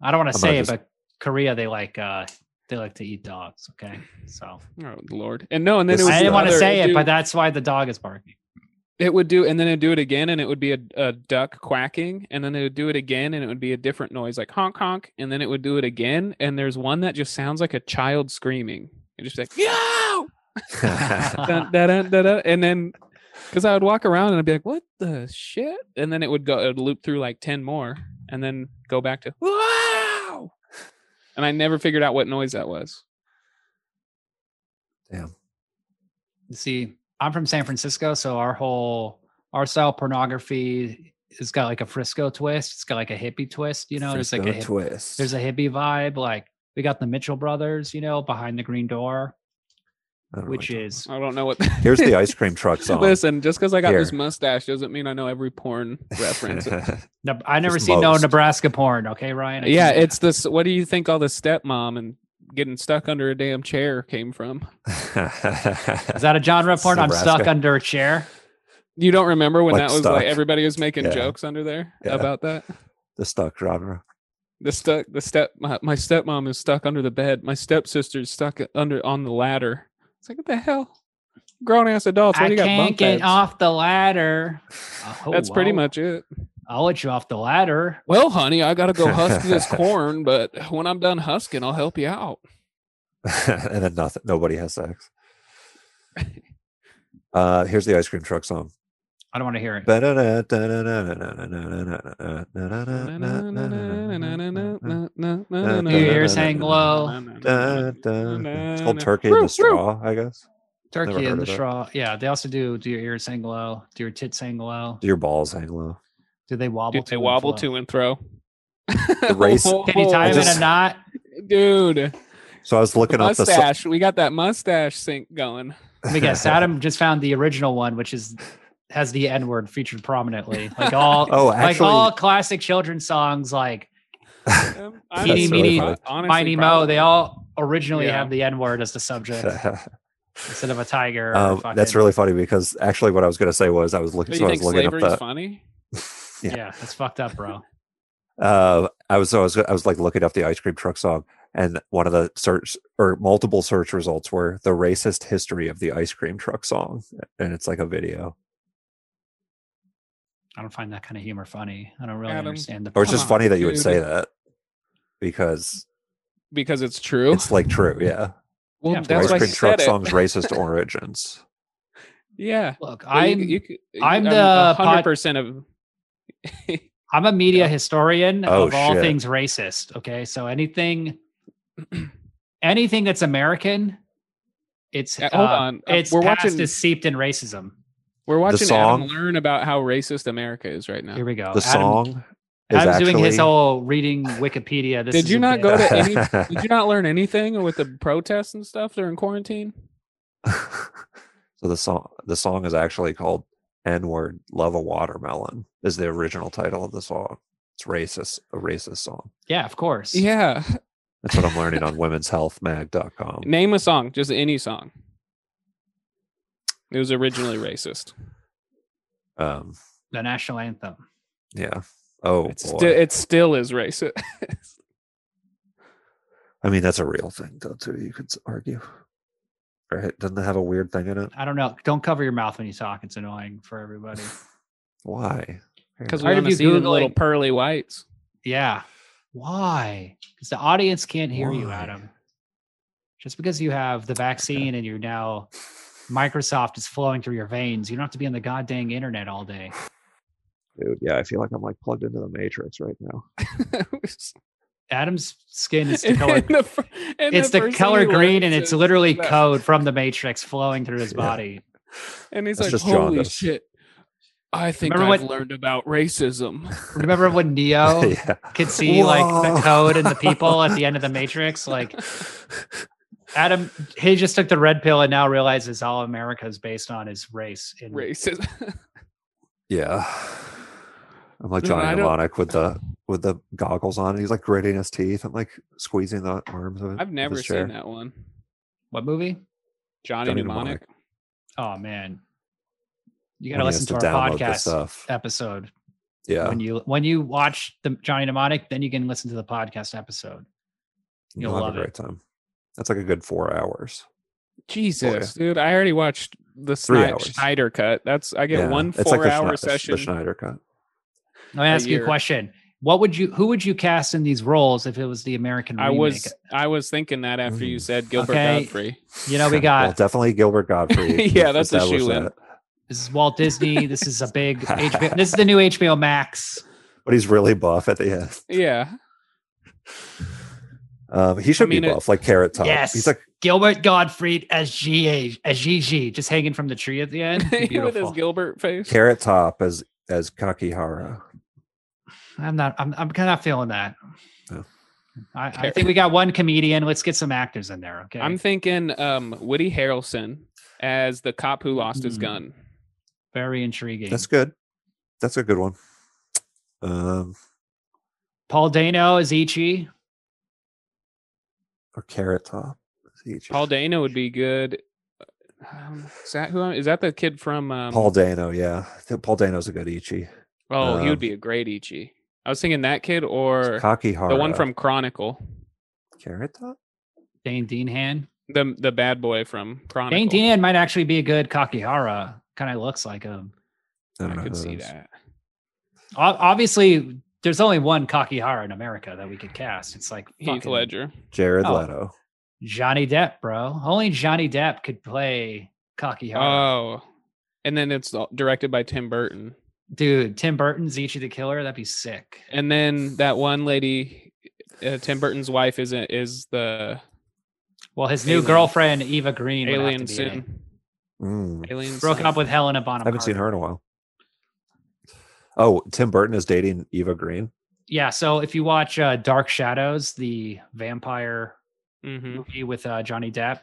I don't want to I'm say not just- it, but Korea they like uh they like to eat dogs. Okay, so Oh Lord, and no, and then This it was is I didn't the want to another- say it, do- but that's why the dog is *laughs* barking. *laughs* it would do, and then it'd do it again, and it would be a, a duck quacking, and then it would do it again, and it would be a different noise, like honk honk, and then it would do it again, and there's one that just sounds like a child screaming, and just like yeah, dun, dun, dun, dun, dun. and then because I would walk around and I'd be like, "What the shit?" and then it would go, it would loop through like ten more, and then go back to wow, and I never figured out what noise that was. See, I'm from San Francisco, so our whole our style pornography has got like a Frisco twist. It's got like a hippie twist. *laughs* You know, there's like a hip, twist. there's a hippie vibe. Like we got the Mitchell brothers. You know, behind the green door, which is I don't know what. *laughs* here's the ice cream truck song. Listen, just because I got this Here. mustache doesn't mean I know every porn *laughs* reference. Neb- I never Just seen no most. Nebraska porn. Okay, Ryan. I yeah, can't- it's this. What do you think all the stepmom and getting stuck under a damn chair came from? is that a genre It's porn? I'm stuck Nebraska. under a chair. You don't remember when Like that was stuck. like everybody was making Yeah. jokes under there Yeah. about that? the stuck genre. The stuck, the step, my, my stepmom is stuck under the bed. My stepsister's stuck under on the ladder. It's like what the hell? Grown ass adults. Why I do you got can't bunk get beds? off the *laughs* ladder. Oh, That's pretty I'll- much it. I'll let you off the ladder. Well, honey, I gotta go husk this corn, but when I'm done husking, I'll help you out. *laughs* and then nothing. Nobody has sex. *laughs* Uh, here's the ice cream truck song. I don't want to hear it. It's Your ears hang low. called Turkey in the Straw, I guess. Turkey Never heard in the of it. straw. Yeah, they also do. Do your ears hang low? Do your tits hang low? Do your balls hang low? Do they wobble? Dude, to they and wobble fro? to *laughs* and throw. race- Can you Oh, tie I them in just- a knot? dude? So I was The looking up the so- mustache. We got that mustache sync going. Let *laughs* me guess. Adam just found the original one, which is has the N word featured prominently. Like all, *laughs* Oh, like actually, *laughs* all classic children's songs, like Um, Teeny meeny, pro- honestly, Mighty Mo. They probably. all originally Yeah. have the N word as the subject instead of a tiger. or Um, fucking- Uh, that's really funny because actually, what I was going to say was I was looking. But So you I think was looking slavery is up funny? that. yeah. That's fucked up, bro. Uh, I was so I was I was like looking up the ice cream truck song, and one of the search or multiple search results were the racist history of the ice cream truck song, and it's like a video, I don't find that kind of humor funny. I don't really Adam, understand the. or it's Come just on, funny that you would dude. say that because Because it's true. it's like true, yeah. well, Yeah, that's ice why cream she truck said it. song's racist *laughs* origins. Yeah. Look, Well, you I'm c- you c- you- I'm the a hundred pod- uh, percent of. I'm a media historian Oh, of all shit. things racist. Okay, so anything, *clears throat* anything that's American, it's Uh, uh, Hold on, Uh, it's we're we're past watching. is seeped in racism. we're watching song. Adam learn about how racist America is right now. Here we go. The song is Adam's doing his actually- whole *sighs* reading Wikipedia. This Did is you a not bit- go to any- Did you not learn anything with the protests and stuff during quarantine? *laughs* so the song the song is actually called N word love a watermelon is the original title of the song. It's racist, a racist song. Yeah, of course. Yeah. That's what *laughs* I'm learning on womenshealthmag.com. Name a song, just any song. It was *sighs* originally racist. Um, the national anthem. yeah. Oh, It's boy. sti- it still is *laughs* racist. I mean, that's a real thing, though, too. You could s- argue. Right? Doesn't it have a weird thing in it? I don't know. Don't cover your mouth when you talk. It's annoying for everybody. Why? Because I we heard want to if see you them little Googling- pearly *laughs* whites. Yeah. Why? Because the audience can't hear you, Why? Adam. Just because you have the vaccine and you're now Microsoft is flowing through your veins, you don't have to be on the goddamn internet all day. Dude, yeah, I feel like I'm like plugged into the matrix right now. *laughs* Adam's skin *laughs* is the And color. the fir- and It's the first thing color he green, and learns it's is literally that- code from the Matrix flowing through his Yeah. body. And he's That's like, just "Holy jaundice." shit! I think Remember I've what- learned about racism." *laughs* Remember when Neo *laughs* yeah. Oh, could see like the Whoa. code *laughs* and the people at the end of the Matrix? Like Adam, he just took the red pill and now realizes all America is based on his race. And racism. yeah. I'm like No, Johnny I don't- Mnemonic with the with the goggles on, and he's like gritting his teeth and like squeezing the arms of it. *laughs* I've never seen that one. What movie? Johnny, Johnny Mnemonic. Oh man, you gotta listen to our podcast stuff. episode uh, Yeah, when you when you watch the Johnny Mnemonic. Then you can listen to the podcast episode. you'll have love it. a great time. That's like a good four hours. Jesus, dude! I already watched the Oh, Three Snyder, hours. Schneider cut. That's I get Yeah, one it's like the Schne- four-hour the Sch- session. The Schneider *laughs* cut. Let me A ask you a year. question. What would you? Who would you cast in these roles if it was the American? I remake? was I was thinking that after you Mm. said Gilbert Okay. Godfrey. You know, we *laughs* well, got definitely Gilbert Godfrey. *laughs* Yeah, We've that's a established shoo-in. that. this is Walt Disney. This is a big. HBO, this is the new HBO Max. But he's really buff at the end. *laughs* Yeah, Um, he should mean, be it- buff, like Carrot Top. Yes. he's like Gilbert Gottfried as GA as GG, just hanging from the tree at the *laughs* end. with his Beautiful. Gilbert face. Carrot Top as as Kakihara. I'm not. I'm. I'm kind of feeling that. Oh. I, I Carrot- think we got one comedian. Let's get some actors in there. Okay. I'm thinking um, Woody Harrelson as the cop who lost his Mm. gun. very intriguing. That's good. That's a good one. Um, Paul Dano as Ichi. or Carrot Top. Is he- Paul Dano would be good. Um, is that who? I, is that the kid from? Um, Paul Dano, yeah. I think Paul Dano's a good Ichi. oh, he um, would be a great Ichi. I was thinking that kid or Kakihara. the one from Chronicle, Carrot Top? Dane Deanhan. the the bad boy from Chronicle. Dane Deanhan might actually be a good Kakihara. Kind of looks like him. I don't I know could who see is. that. Ob- Obviously, there's only one Kakihara in America that we could cast. It's like Heath fucking Ledger. Jared Oh. Leto. Johnny Depp, bro. Only Johnny Depp could play Kakihara. Oh, and then it's all- directed by Tim Burton. Dude, Tim Burton's Ichi the Killer. That'd be sick. And then that one lady, uh, Tim Burton's wife, is a- is the Well, his Alien. new girlfriend Eva Green would have to alien be in it. soon. Mm. Alien broken soon. up with Helena Bonham. I haven't seen Carter. her in a while. Oh, Tim Burton is dating Eva Green. Yeah, so if you watch uh, Dark Shadows, the vampire Mhm. movie with uh, Johnny Depp,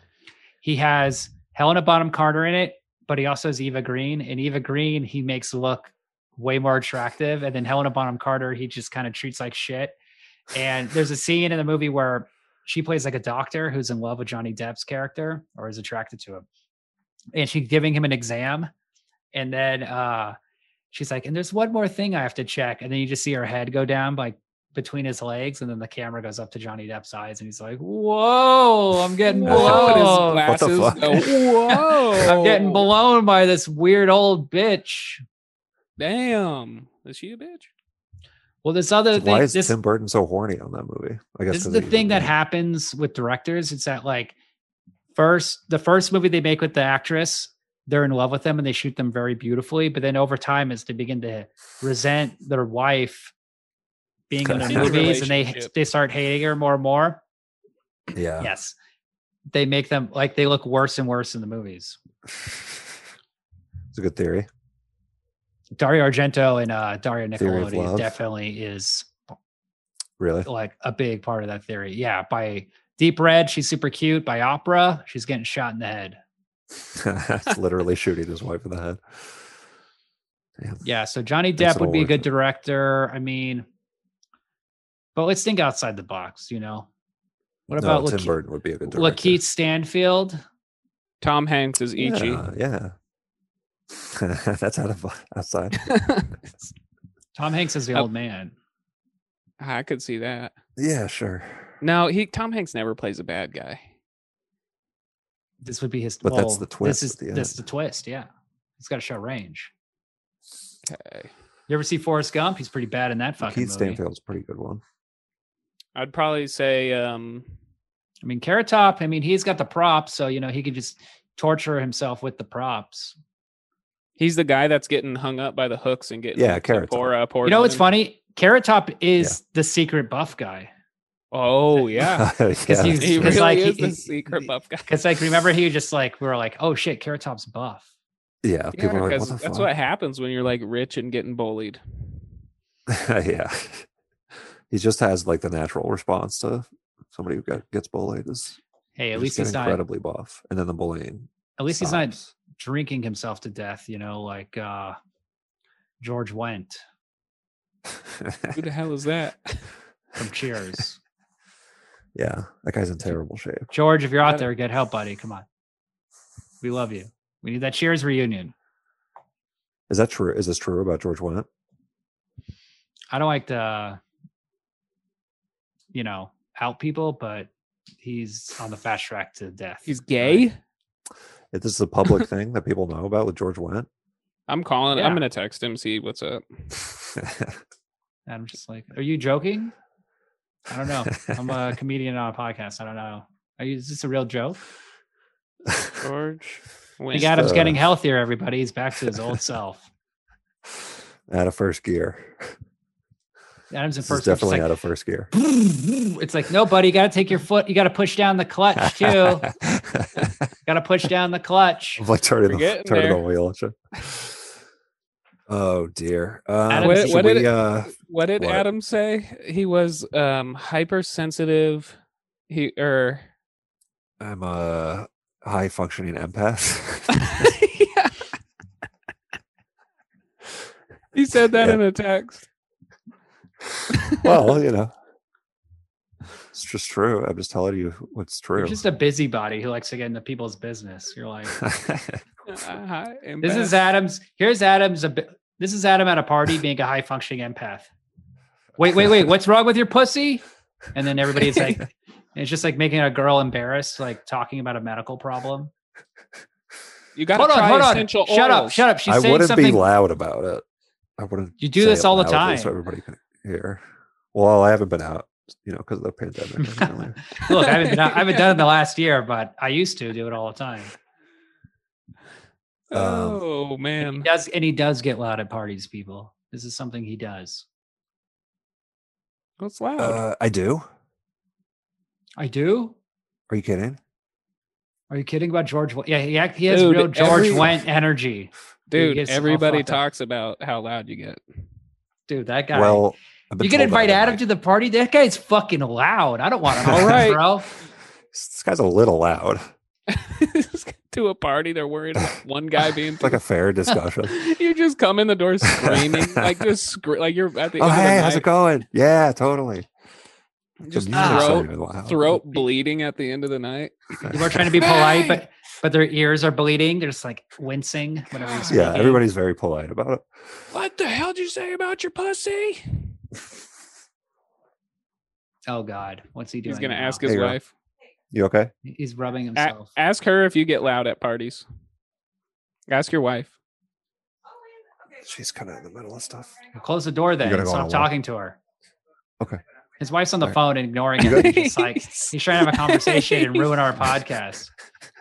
he has Helena Bonham Carter in it, but he also has Eva Green, and Eva Green he makes look way more attractive, and then Helena Bonham Carter he just kind of treats like shit. And there's a scene in the movie where she plays like a doctor who's in love with Johnny Depp's character or is attracted to him. And she's giving him an exam. And then uh, she's like, and there's one more thing I have to check. And then you just see her head go down like between his legs. And then the camera goes up to Johnny Depp's eyes. And he's like, whoa, I'm *laughs* getting Whoa, blown. What the Glasses fuck? go, Whoa! *laughs* I'm getting blown by this weird old bitch. Damn, is she a bitch? Well, this other Why thing, is this, Tim Burton so horny on that movie? I guess this is 'cause the of Eva thing that Green. happens with directors. It's that like first the first movie they make with the actress, they're in love with them and they shoot them very beautifully. But then over time, as they begin to resent their wife being in their Toxic movies, and they relationship. they start hating her more and more. Yeah. Yes, they make them like they look worse and worse in the movies. *laughs* It's a good theory. Dario Argento and uh, Dario Theory of Nicolodi love. definitely is Really? like a big part of that theory. Yeah, by Deep Red, she's super cute. By Opera, she's getting shot in the head. *laughs* it's literally shooting his wife in the head. Damn. Yeah, so Johnny Makes Depp it would all be a worth good it. director. I mean, but let's think outside the box, you know. What No, about Tim Lakeith- Burton would be a good director. Lakeith Stanfield? Tom Hanks is E Ichi. Yeah. yeah. *laughs* That's out of outside. Tom Hanks is the Uh, old man. I could see that. Yeah, sure. No, he Tom Hanks never plays a bad guy. This would be his but that's well, the twist This is at the this is end. the twist, yeah. He's gotta show range. Okay. You ever see Forrest Gump? He's pretty bad in that fucking Keith movie. Stanfield's a pretty good one. I'd probably say um I mean, Carrot Top, I mean, he's got the props, so you know, he could just torture himself with the props. he's the guy that's getting hung up by the hooks and getting Yeah, like, Carrot Top. Sephora You know what's Portman. funny? Carrot Top is the secret buff guy. *laughs* *laughs* Oh yeah. yeah. he's- he 'cause, really like, is he- the he- secret *laughs* buff guy. Because like remember he just like we were like, oh shit, Carrot Top's buff. yeah, Yeah, people are like, 'cause what the that's fuck? what happens when you're like rich and getting bullied. *laughs* yeah. He just has like the natural response to somebody who got, gets bullied is Hey, at just least get he's not incredibly buff. And then the bullying. at least he's not stops. *laughs* drinking himself to death, you know, like uh George Wendt. Who the hell *laughs* is that? from Cheers. yeah, that guy's in terrible shape. George, if you're Got out it. there, get help, buddy. Come on. We love you. We need that Cheers reunion. Is that true? Is this true about George Wendt? I don't like to, you know, out people, but he's on the fast track to death. He's gay. If this is a public thing that people know about with *laughs* George Wendt, *laughs* I'm calling. Yeah. I'm gonna text him. See what's up. And I'm just like, are you joking? I don't know. I'm a comedian on a podcast. I don't know. Are you, is this a real joke? George. Big Wendt. got Adam's the- getting healthier, everybody. He's back to his old self. out of first gear. Adam's in This is first. gear, just definitely like, out of first gear. *laughs* It's like, no, buddy, you got to take your foot. You got to push down the clutch, *laughs* too. I'm got to push down the clutch. like turning We're the, getting turning the there. wheel. and shit. Oh dear. Um, Adam, should what we, did it- uh, What did What? Adam say? He was um hypersensitive. He er, or I'm a high functioning empath. *laughs* *laughs* Yeah. He said that Yeah. in a text. well, you know, it's just true. I'm just telling you what's true. *laughs* You're just a busybody who likes to get into people's business. You're like, Uh, Uh-huh, this is Adam's. Here's Adam's. A, bi- this is Adam at a party being a high functioning empath. Wait, wait, wait. What's wrong with your pussy? And then everybody's like, *laughs* and it's just like making a girl embarrassed, like talking about a medical problem. you got hold to on, try hold on. essential oils. Shut up, shut up. She's I saying wouldn't be something. loud about it. I wouldn't. You do say this it all the loudly time. so everybody can hear. Well, I haven't been out, you know, because of the pandemic. *laughs* apparently. Look, I haven't, been, I haven't done it in the last year, but I used to do it all the time. Um, Oh man. He does, and he does get loud at parties, people. This is something he does. What's loud? uh, I do. I do. Are you kidding? Are you kidding about George? Wen- Yeah, he, act- he has Dude, real George every- Went energy, Dude, Dude, gets all everybody fucked up. talks about how loud you get. *laughs* dude. That guy. Well, I've been you can told that I invite don't Adam like- to the party. That guy's fucking loud. I don't want him. All All right. right, bro. This guy's a little loud. to a party, they're worried about *laughs* one guy being It's like *laughs* a fair discussion. you just come in *laughs* the door screaming, like just scre- like you're at the oh, end hey, of the how's night, it going? Yeah, totally. just the Ah, music's not throat even loud. throat bleeding at the end of the night. People are trying to be polite, *laughs* but but their ears are bleeding. They're just like wincing whenever you Yeah, speak. Yeah, everybody's very polite about it. What the hell did you say about your pussy? Oh God, what's he doing? He's gonna now? ask his Hey, girl. wife. You okay? He's rubbing A- himself. ask her if you get loud at parties. Ask your wife. She's kind of in the middle of stuff. Close the door. Then gotta go on a stop walk. talking to her. Okay. His wife's on the All right. phone and ignoring You him. *laughs* good? He's *laughs* just like he's trying to have a conversation and ruin our podcast.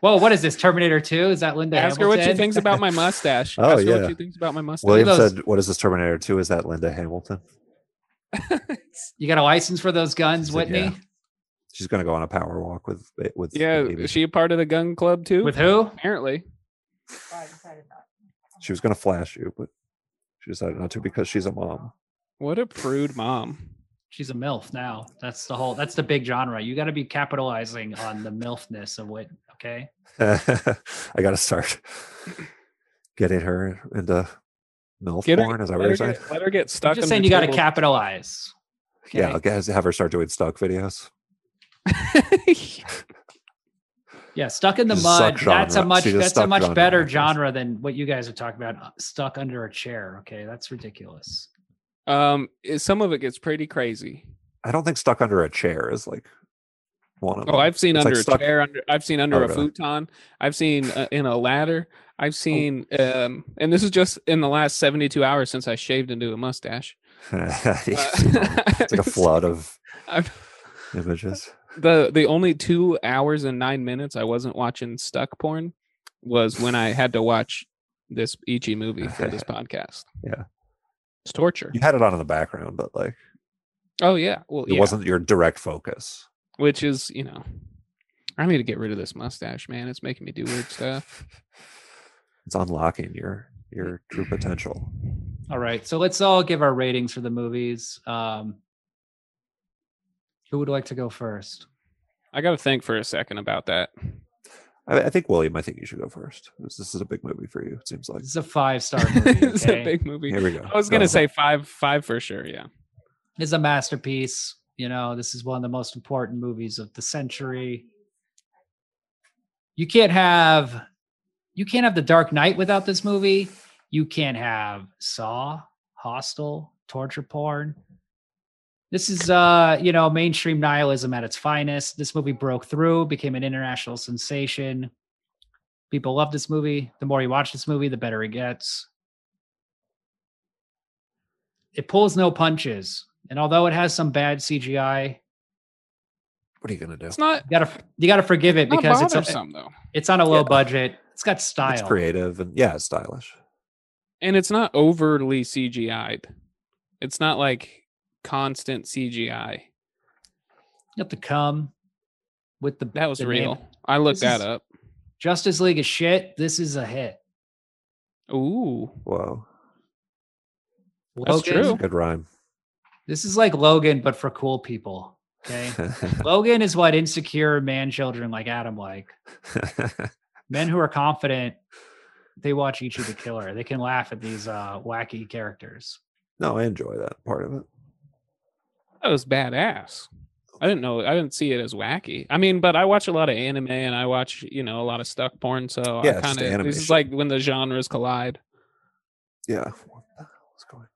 Whoa, what is this? Terminator Two? Is that Linda? Ask her what she Hamilton? *laughs* thinks about my mustache. Oh, ask her yeah. what she thinks about my mustache. William those- said, "What is this Terminator 2? Is that Linda Hamilton? You got a license for those guns, She said, Whitney? She's going to go on a power walk with with the yeah, baby. is she a part of the gun club too? With who? Apparently. She was going to flash you, but she decided not to because she's a mom. *laughs* What a prude mom. She's a MILF now. That's the whole that's the big genre. You gotta be capitalizing on the MILFness of Whitney. Okay. I got to start *laughs* getting her into milf Get her- porn. Is that what Let her, you're saying? get, let her get I'm stuck. just under saying you gotta tables. capitalize. Yeah, I'll get, have her start doing stuck videos. Yeah, stuck in the She's a mud. suck That's a genre. much She's a that's a suck much genre better actress. genre than what you guys are talking about. uh, Stuck under a chair. Okay, that's ridiculous. *laughs* um, it- some of it gets pretty crazy. I don't think stuck under a chair is like one of them. Oh, I've seen It's like under a stuck- chair. Under I've seen under Oh, a really? Oh. futon. I've seen uh, in a ladder. I've seen, um, and this is just in the last seventy-two hours since I shaved into a mustache. *laughs* *laughs* Uh, it's like a flood of I've- images. the the only two hours and nine minutes I wasn't watching stuck porn was when I had to watch this Ichi movie *laughs* for this podcast. Yeah. it's torture. You had it on in the background, but like Oh yeah, well it yeah. wasn't your direct focus. which is you know, I need to get rid of this mustache, man. It's uh, making me do weird stuff. *laughs* It's unlocking your Mm. your true potential. All right. So let's all give our ratings for the movies. Um who would like to go first? I got to think for a second about that. I, I think William. I think you should go first. This, this is a big movie for you. It seems like. This is a five star movie. *laughs* it's okay? a big movie. Here we go. I was gonna Go. say five, five for sure. Yeah. It's a masterpiece. You know, this is one of the most important movies of the century. You can't have you can't have The Dark Knight without this movie. You can't have Saw, Hostel, torture porn. This is uh, you know, mainstream nihilism at its finest. This movie broke through, became an international sensation. People love this movie. The more you watch this movie, the better it gets it pulls no punches. And although it has some bad CGI, What are you gonna do? It's not, you gotta you gotta forgive it not because it's a, bothersome though, it's on a low Yeah. budget. It's got It's style. creative and yeah, it's stylish. and it's not overly CGI'd. It's not like constant CGI. You have to come with the That was the real. name. I looked This that is- up. Justice League is shit. This is a hit. Ooh, Whoa, That's true. good rhyme. *laughs* This is like Logan, but for cool people. *laughs* Okay. Logan is what insecure man children like Adam like. Men who are confident, they watch Ichi the Killer. They can laugh at these uh, wacky characters. no, I enjoy that part of it. that was badass. I didn't know. I didn't see it as wacky. I mean, but I watch a lot of anime and I watch, you know, a lot of stuck porn. So Yeah, I it's just kind of this is animation. like when the genres collide. Yeah. What the hell is going?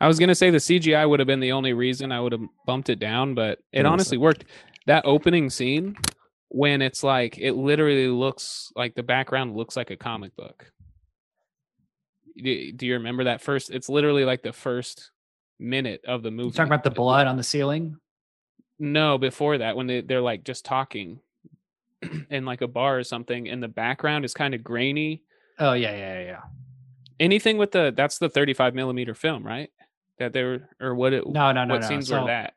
I was gonna say the CGI would have been the only reason I would have bumped it down, but it Yeah, it's honestly worked. That opening scene when it's like it literally looks like the background looks like a comic book. Do, do you remember that first? It's literally like the first minute of the movie. You talking about the blood on the ceiling? No, before that, when they, they're like just talking *clears throat* in like a bar or something, and the background is kind of grainy. Oh yeah, yeah, yeah, yeah. Anything with the that's the 35 millimeter film, right? That they were, or what it, No, no, no, what no. scenes so, were that?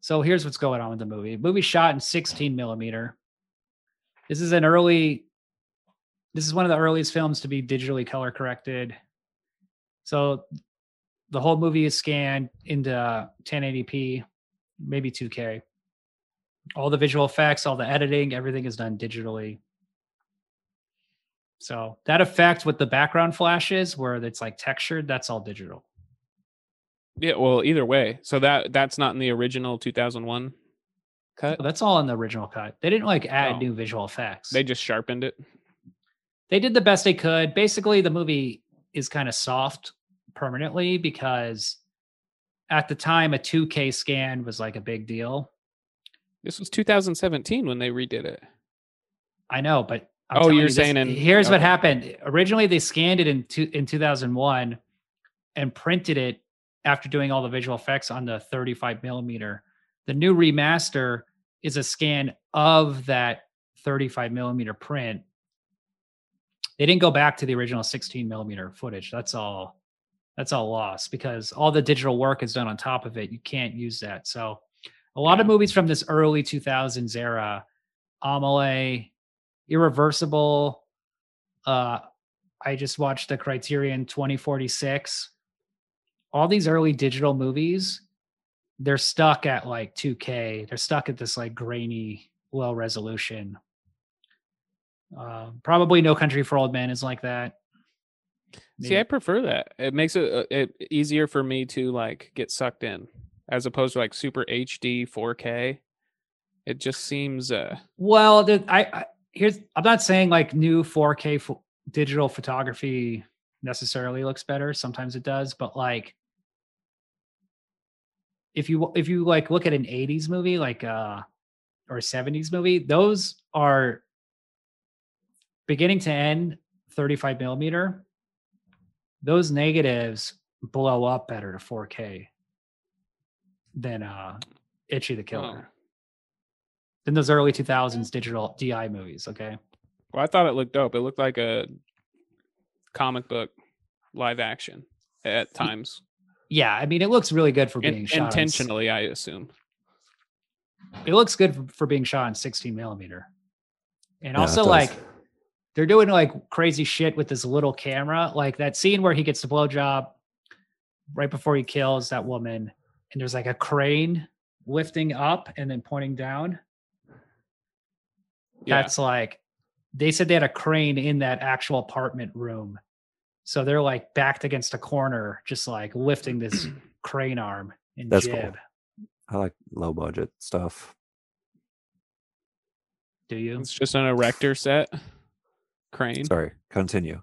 so here's what's going on with the movie. Movie shot in 16 millimeter. This is an early. This is one of the earliest films to be digitally color corrected. So, the whole movie is scanned into 1080p, maybe 2K. All the visual effects, all the editing, everything is done digitally. So that effect with the background flashes, where it's like textured, that's all digital. Yeah, well, either way. So that that's not in the original 2001 cut. Well, that's all in the original cut. They didn't like add Oh. new visual effects. They They just sharpened it. they did the best they could. Basically, the movie is kind of soft permanently because at the time a 2K scan was like a big deal. This was 2017 when they redid it. I know, but Oh, telling you're this- saying in- here's what okay. happened. Originally, they scanned it in two, in 2001 and printed it after doing all the visual effects on the 35 millimeter. The new remaster is a scan of that 35 millimeter print. They didn't go back to the original 16 millimeter footage. That's all. That's all lost because all the digital work is done on top of it. You can't use that. So, a lot of movies from this early 2000s era, Amelie, irreversible uh i just watched the criterion 2046 all these early digital movies they're stuck at like 2k they're stuck at this like grainy low resolution uh, probably no country for old men is like that See, I Maybe- prefer that. It makes it, uh, it easier for me to like get sucked in as opposed to like super HD 4K. It just seems uh well the, I, I here's i'm not saying like new 4k pho- digital photography necessarily looks better sometimes it does but like if you if you like look at an 80s movie like uh or 70s movie those are beginning to end 35 millimeter those negatives blow up better to 4k than uh itchy the killer than those early 2000s digital di movies okay well, I thought it looked dope. It looked like a comic book live action at times. yeah i mean it looks really good for In- being shot on s- intentionally, I assume. it looks good for, for being shot in 16 millimeter and Yeah, it also does. like they're doing like crazy shit with this little camera like that scene where he gets the blowjob right before he kills that woman and there's like a crane lifting up and then pointing down Yeah. that's like they said they had a crane in that actual apartment room. So they're like backed against a corner, just like lifting *clears throat* this crane arm and That's cool. jib. I like low budget stuff. Do you? It's just an erector set crane. Sorry, continue.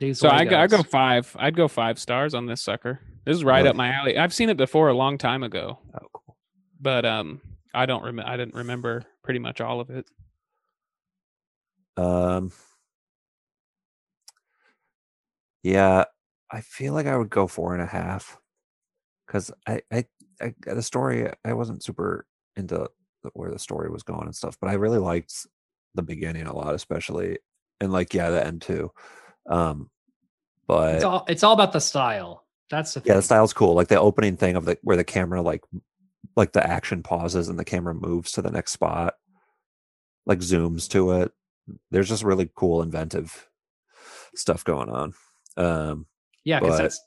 These So I go, I Legos. go five. I'd go five stars on this sucker. This is right Really? up my alley. I've seen it before a long time ago, Oh, cool. but um, I don't rem- I didn't remember pretty much all of it. Um, yeah, I feel like I would go four and a half because I, I, I, the story, uh, I wasn't super into the, where the story was going and stuff, but I really liked the beginning a lot, especially, and like, yeah, the end too. Um, but It's all it's all about the style. That's the thing. Uh, yeah, the style's cool. Like the opening thing of the where the camera like like the action pauses and the camera moves to the next spot, like zooms to it. There's just really cool inventive stuff going on. Um yeah, because but- that's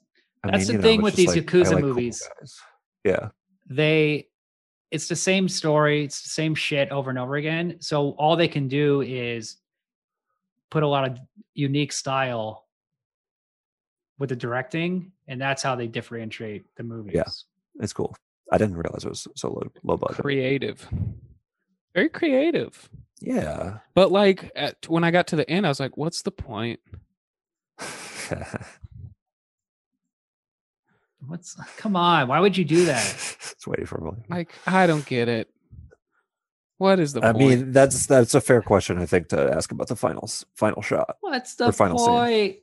I That's mean, the you know, thing it's with just these I Yakuza cool movies. guys. yeah. they it's the same story it's the same shit over and over again so all they can do is put a lot of unique style with the directing and that's how they differentiate the movies It's cool. I didn't realize it was so low low budget. Creative, very creative. yeah. But like at, when I got to the end, I was like, "What's the point?" what's come on why would you do *laughs* that it's waiting for me. Like I don't get it. What is the I point? mean, that's that's a fair question, I think, to ask about the finals *laughs* final shot. what's the Or final point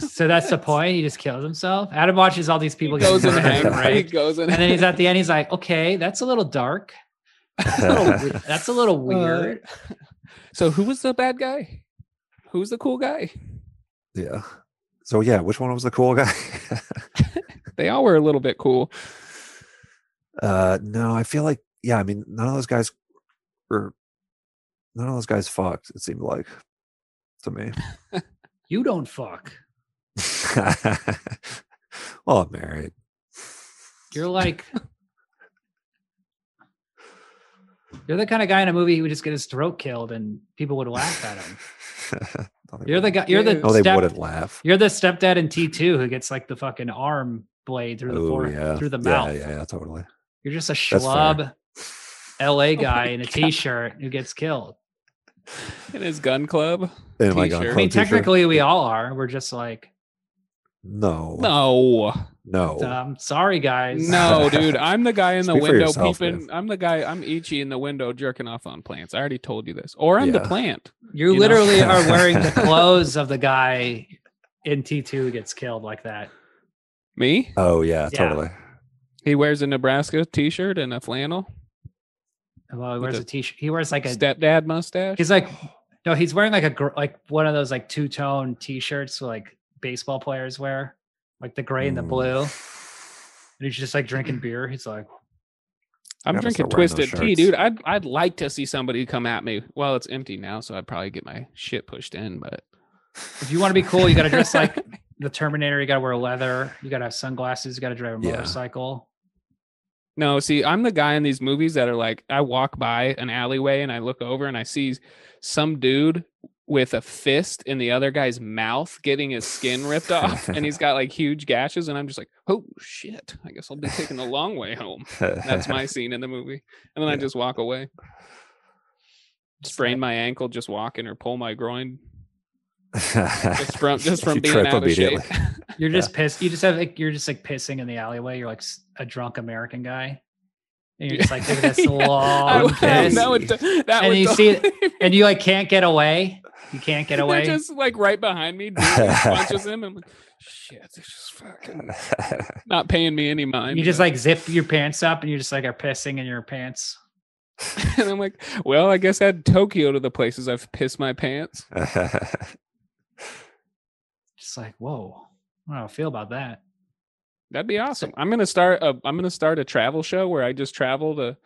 so that's *laughs* the point he just kills himself adam watches all these *laughs* people he goes in get hang, anger. *laughs* He right goes in. and then he's at the end he's like okay that's a little dark that's a *laughs* little, we- *laughs* that's a little weird Uh, so who was the bad guy? Who's the cool guy? Yeah. So yeah, which one was the cool guy? *laughs* They all were a little bit cool. uh no, I feel like yeah, I mean none of those guys were none of those guys fucked, it seemed like to me. *laughs* you don't fuck well, I'm married. *laughs* You're like You're the kind of guy in a movie who would just get his throat killed and people would laugh at him. No, they You're the wouldn't. guy you're *laughs* the Dude. No, Oh, they step- wouldn't laugh. you're the stepdad in T two who gets like the fucking arm blade through the Oh, fore- yeah. through the Yeah, mouth. Yeah, yeah, totally. You're just a fair. *laughs* Oh schlub LA guy my in a God. t shirt who gets killed. In his gun club. And like I on T-shirt. Or club mean Oh, t-shirt? technically we all are. We're just like no. No. No. um sorry guys. *laughs* No, dude. I'm the guy in the Speak for window yourself, peeping. man. I'm the guy I'm Ichi in the window jerking off on plants. I already told you this. Or I'm the Yeah. plant. You, You know? literally are wearing *laughs* the clothes of the guy in T two who gets killed like that. Me? Oh yeah, Yeah. totally. He wears a Nebraska t shirt and a flannel. Well he With wears the a t shirt he wears like a Stepdad mustache. He's like, no, he's wearing like a gr- like one of those like two tone t shirts like baseball players wear, like the gray and the Mm. blue. And he's just like drinking beer. He's like, I'm Gotta drinking start wearing those twisted tea, shirts. dude. I'd I'd like to see somebody come at me. Well, it's empty now, so I'd probably get my shit pushed in, but if you want to be cool, you got to dress *laughs* like the Terminator. You got to wear leather. You got to have sunglasses. You got to drive a Yeah. motorcycle. No, see, I'm the guy in these movies that are like, I walk by an alleyway and I look over and I see some dude with a fist in the other guy's mouth getting his skin *laughs* ripped off and he's got like huge gashes. And I'm just like, oh shit, I guess I'll be taking the long way home. *laughs* That's my scene in the movie. And then I Yeah. just walk away, sprain my ankle just walking or pull my groin *laughs* just from, just from You being trip out of shape. immediately. You're just pissed. You just have like, you're just like pissing in the alleyway. You're like s- a drunk American guy. And you're just like, look at this *laughs* Yeah. I, long would- I piss. know. that would, that And would you see *laughs* it- totally And you like can't get away. You can't get *laughs* They're away. just like right behind me, dude, and *laughs* punches him. I'm like, shit, this is fucking not paying me any mind. you just like zip your pants up and you just like are pissing in your pants. *laughs* and I'm like, well, I guess add Tokyo to the places I've pissed my pants. *laughs* Just like, whoa, I don't know how I feel about that. That'd be awesome. I'm gonna start a I'm gonna start a travel show where I just travel to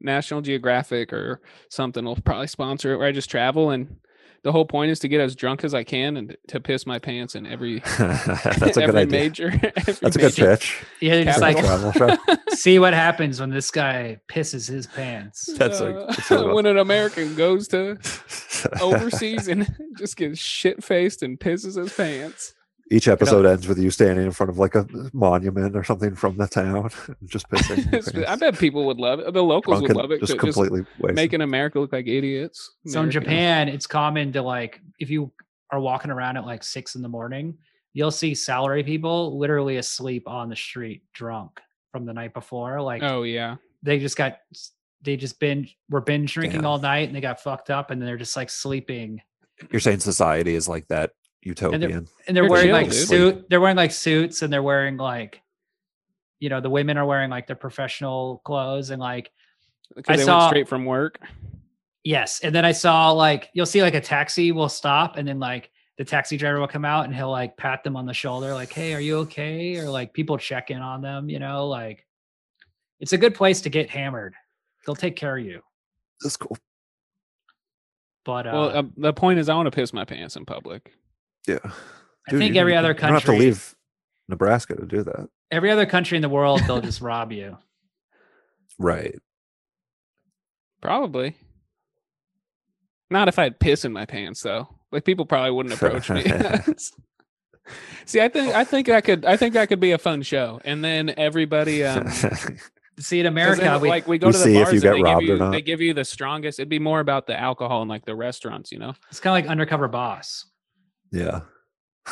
National Geographic or something will probably sponsor it where I just travel and the whole point is to get as drunk as I can and to piss my pants in every *laughs* That's a every good idea. major. *laughs* every That's a good major- pitch. Yeah, they're just like Capital. Travel show. see what happens when this guy pisses his pants. *laughs* That's a- Uh, that's a- when an American goes to *laughs* overseas and just gets shit faced and pisses his pants. *laughs* *laughs* Each episode ends with you standing in front of like a monument or something from the town, *laughs* just pissing. *laughs* your Just- I pants. bet people would love it. The locals Drunk would and love it. just to completely wasted. making America look like idiots. So in American- Japan, it's common to like if you are walking around at like six in the morning, you'll see salary people literally asleep on the street, drunk from the night before. Like *laughs* Oh yeah. they just got they just been were binge drinking Damn. all night and they got fucked up and they're just like sleeping You're saying society is like that utopian. and they're They're wearing chill, like dude. suit they're wearing like suits and they're wearing like you know the women are wearing like their professional clothes and like I Because they saw- went straight from work. Yes. And then I saw like you'll see like a taxi will stop and then like the taxi driver will come out and he'll like pat them on the shoulder, like, hey, are you okay? Or like people check in on them, you know, like it's a good place to get hammered. They'll take care of you. That's cool. But uh, Well, uh, the point is, I want to piss my pants in public. Yeah. I think you every don't- other You don't have to country- leave Nebraska to do that. every other country in the world, they'll just rob you. Right. Probably. Not if I had piss in my pants, though. Like people probably *laughs* wouldn't approach me. *laughs* See, I think I think that could I think that could be a fun show, and then everybody. Um, 'cause See, in then, America, we, like we go You to the see if bars you and get they robbed or give you not. they give you the strongest. It'd be more about the alcohol and like the restaurants, you know. it's kind of like undercover boss, *laughs* yeah.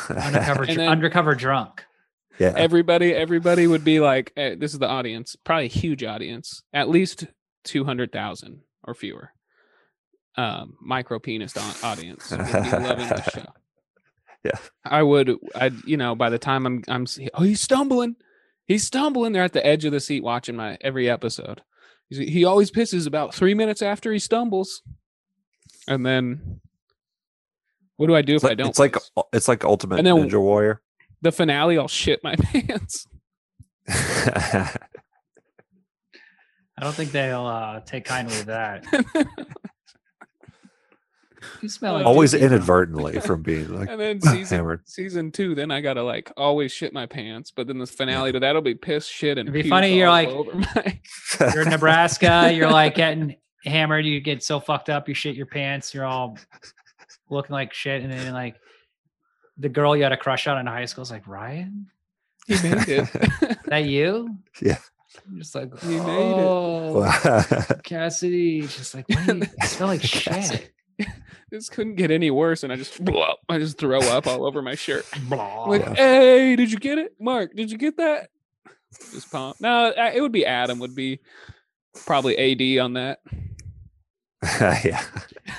undercover, *laughs* And dr- then- undercover drunk. *laughs* yeah. *laughs* Everybody, everybody would be like, eh, "This is the audience, probably a huge audience, at least two hundred thousand or fewer." Um, micro penis audience would be loving the show. *laughs* Yeah. I would, I would you know, by the time I'm, I'm, see- oh, he's stumbling, he's stumbling. They're at the edge of the seat watching my every episode. You see, He always pisses about three minutes after he stumbles, and then what do I do if it's like, I don't? it's like piss? it's like ultimate And then- ninja warrior. *laughs* the finale. I'll shit my *laughs* pants. I don't think they'll uh, take kindly to that. You smell like Always dookie, bro. inadvertently from being like and *laughs* then season hammered. season two, then I gotta like always shit my pants. But then the finale to that'll be piss shit and It'd be pukes funny, you're all like- over *laughs* my- you're in Nebraska, you're like getting hammered, you get so fucked up, you shit your pants, you're all looking like shit, and then like the girl you had a crush on in high school is like, Ryan, he *laughs* made it. is that you? Yeah. I'm just like, You made it. oh, Wow. Cassidy. Just like, wait, I smell *laughs* like shit. this couldn't get any worse, and I just blow. *laughs* I just throw up all over my shirt. Blah. I'm like, Yeah. hey, did you get it, Mark? Did you get that? Just pump. No, I- it would be Adam. Would be probably AD on that. *laughs* yeah.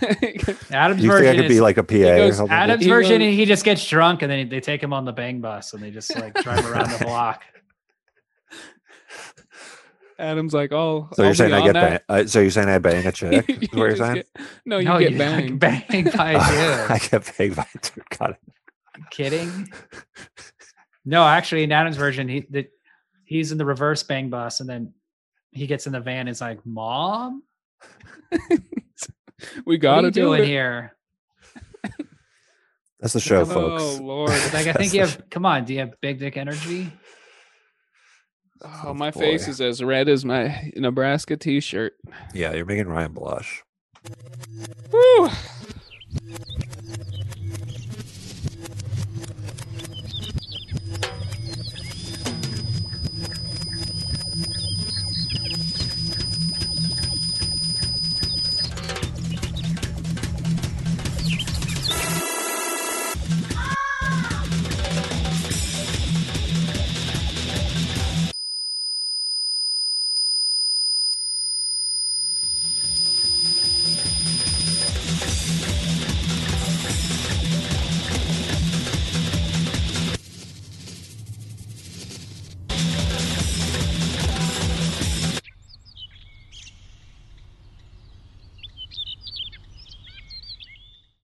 Adam's You think I version could is be like a PA or goes, something? Adam's He version. goes- he just gets drunk, and then they take him on the bang bus, and they just like drive around the block. Adam's like, oh, so I'll you're saying be I on get that. bang, uh, so you're saying I bang a chick? *laughs* You is what you're just saying? *laughs* get- no, Oh, *laughs* you get like, banged. banged by a dude. I get banged by a dude. Got it. kidding? no, actually, in Adam's version, he the, he's in the reverse bang bus, and then he gets in the van. And is like, "Mom, we what gotta are you do doing it. here?" That's the show, Oh folks. lord. It's Like, I think you have. Come on, do you have big dick energy? Oh, my face boy. is as red as my Nebraska t-shirt. Yeah, you're making Ryan blush. Woo!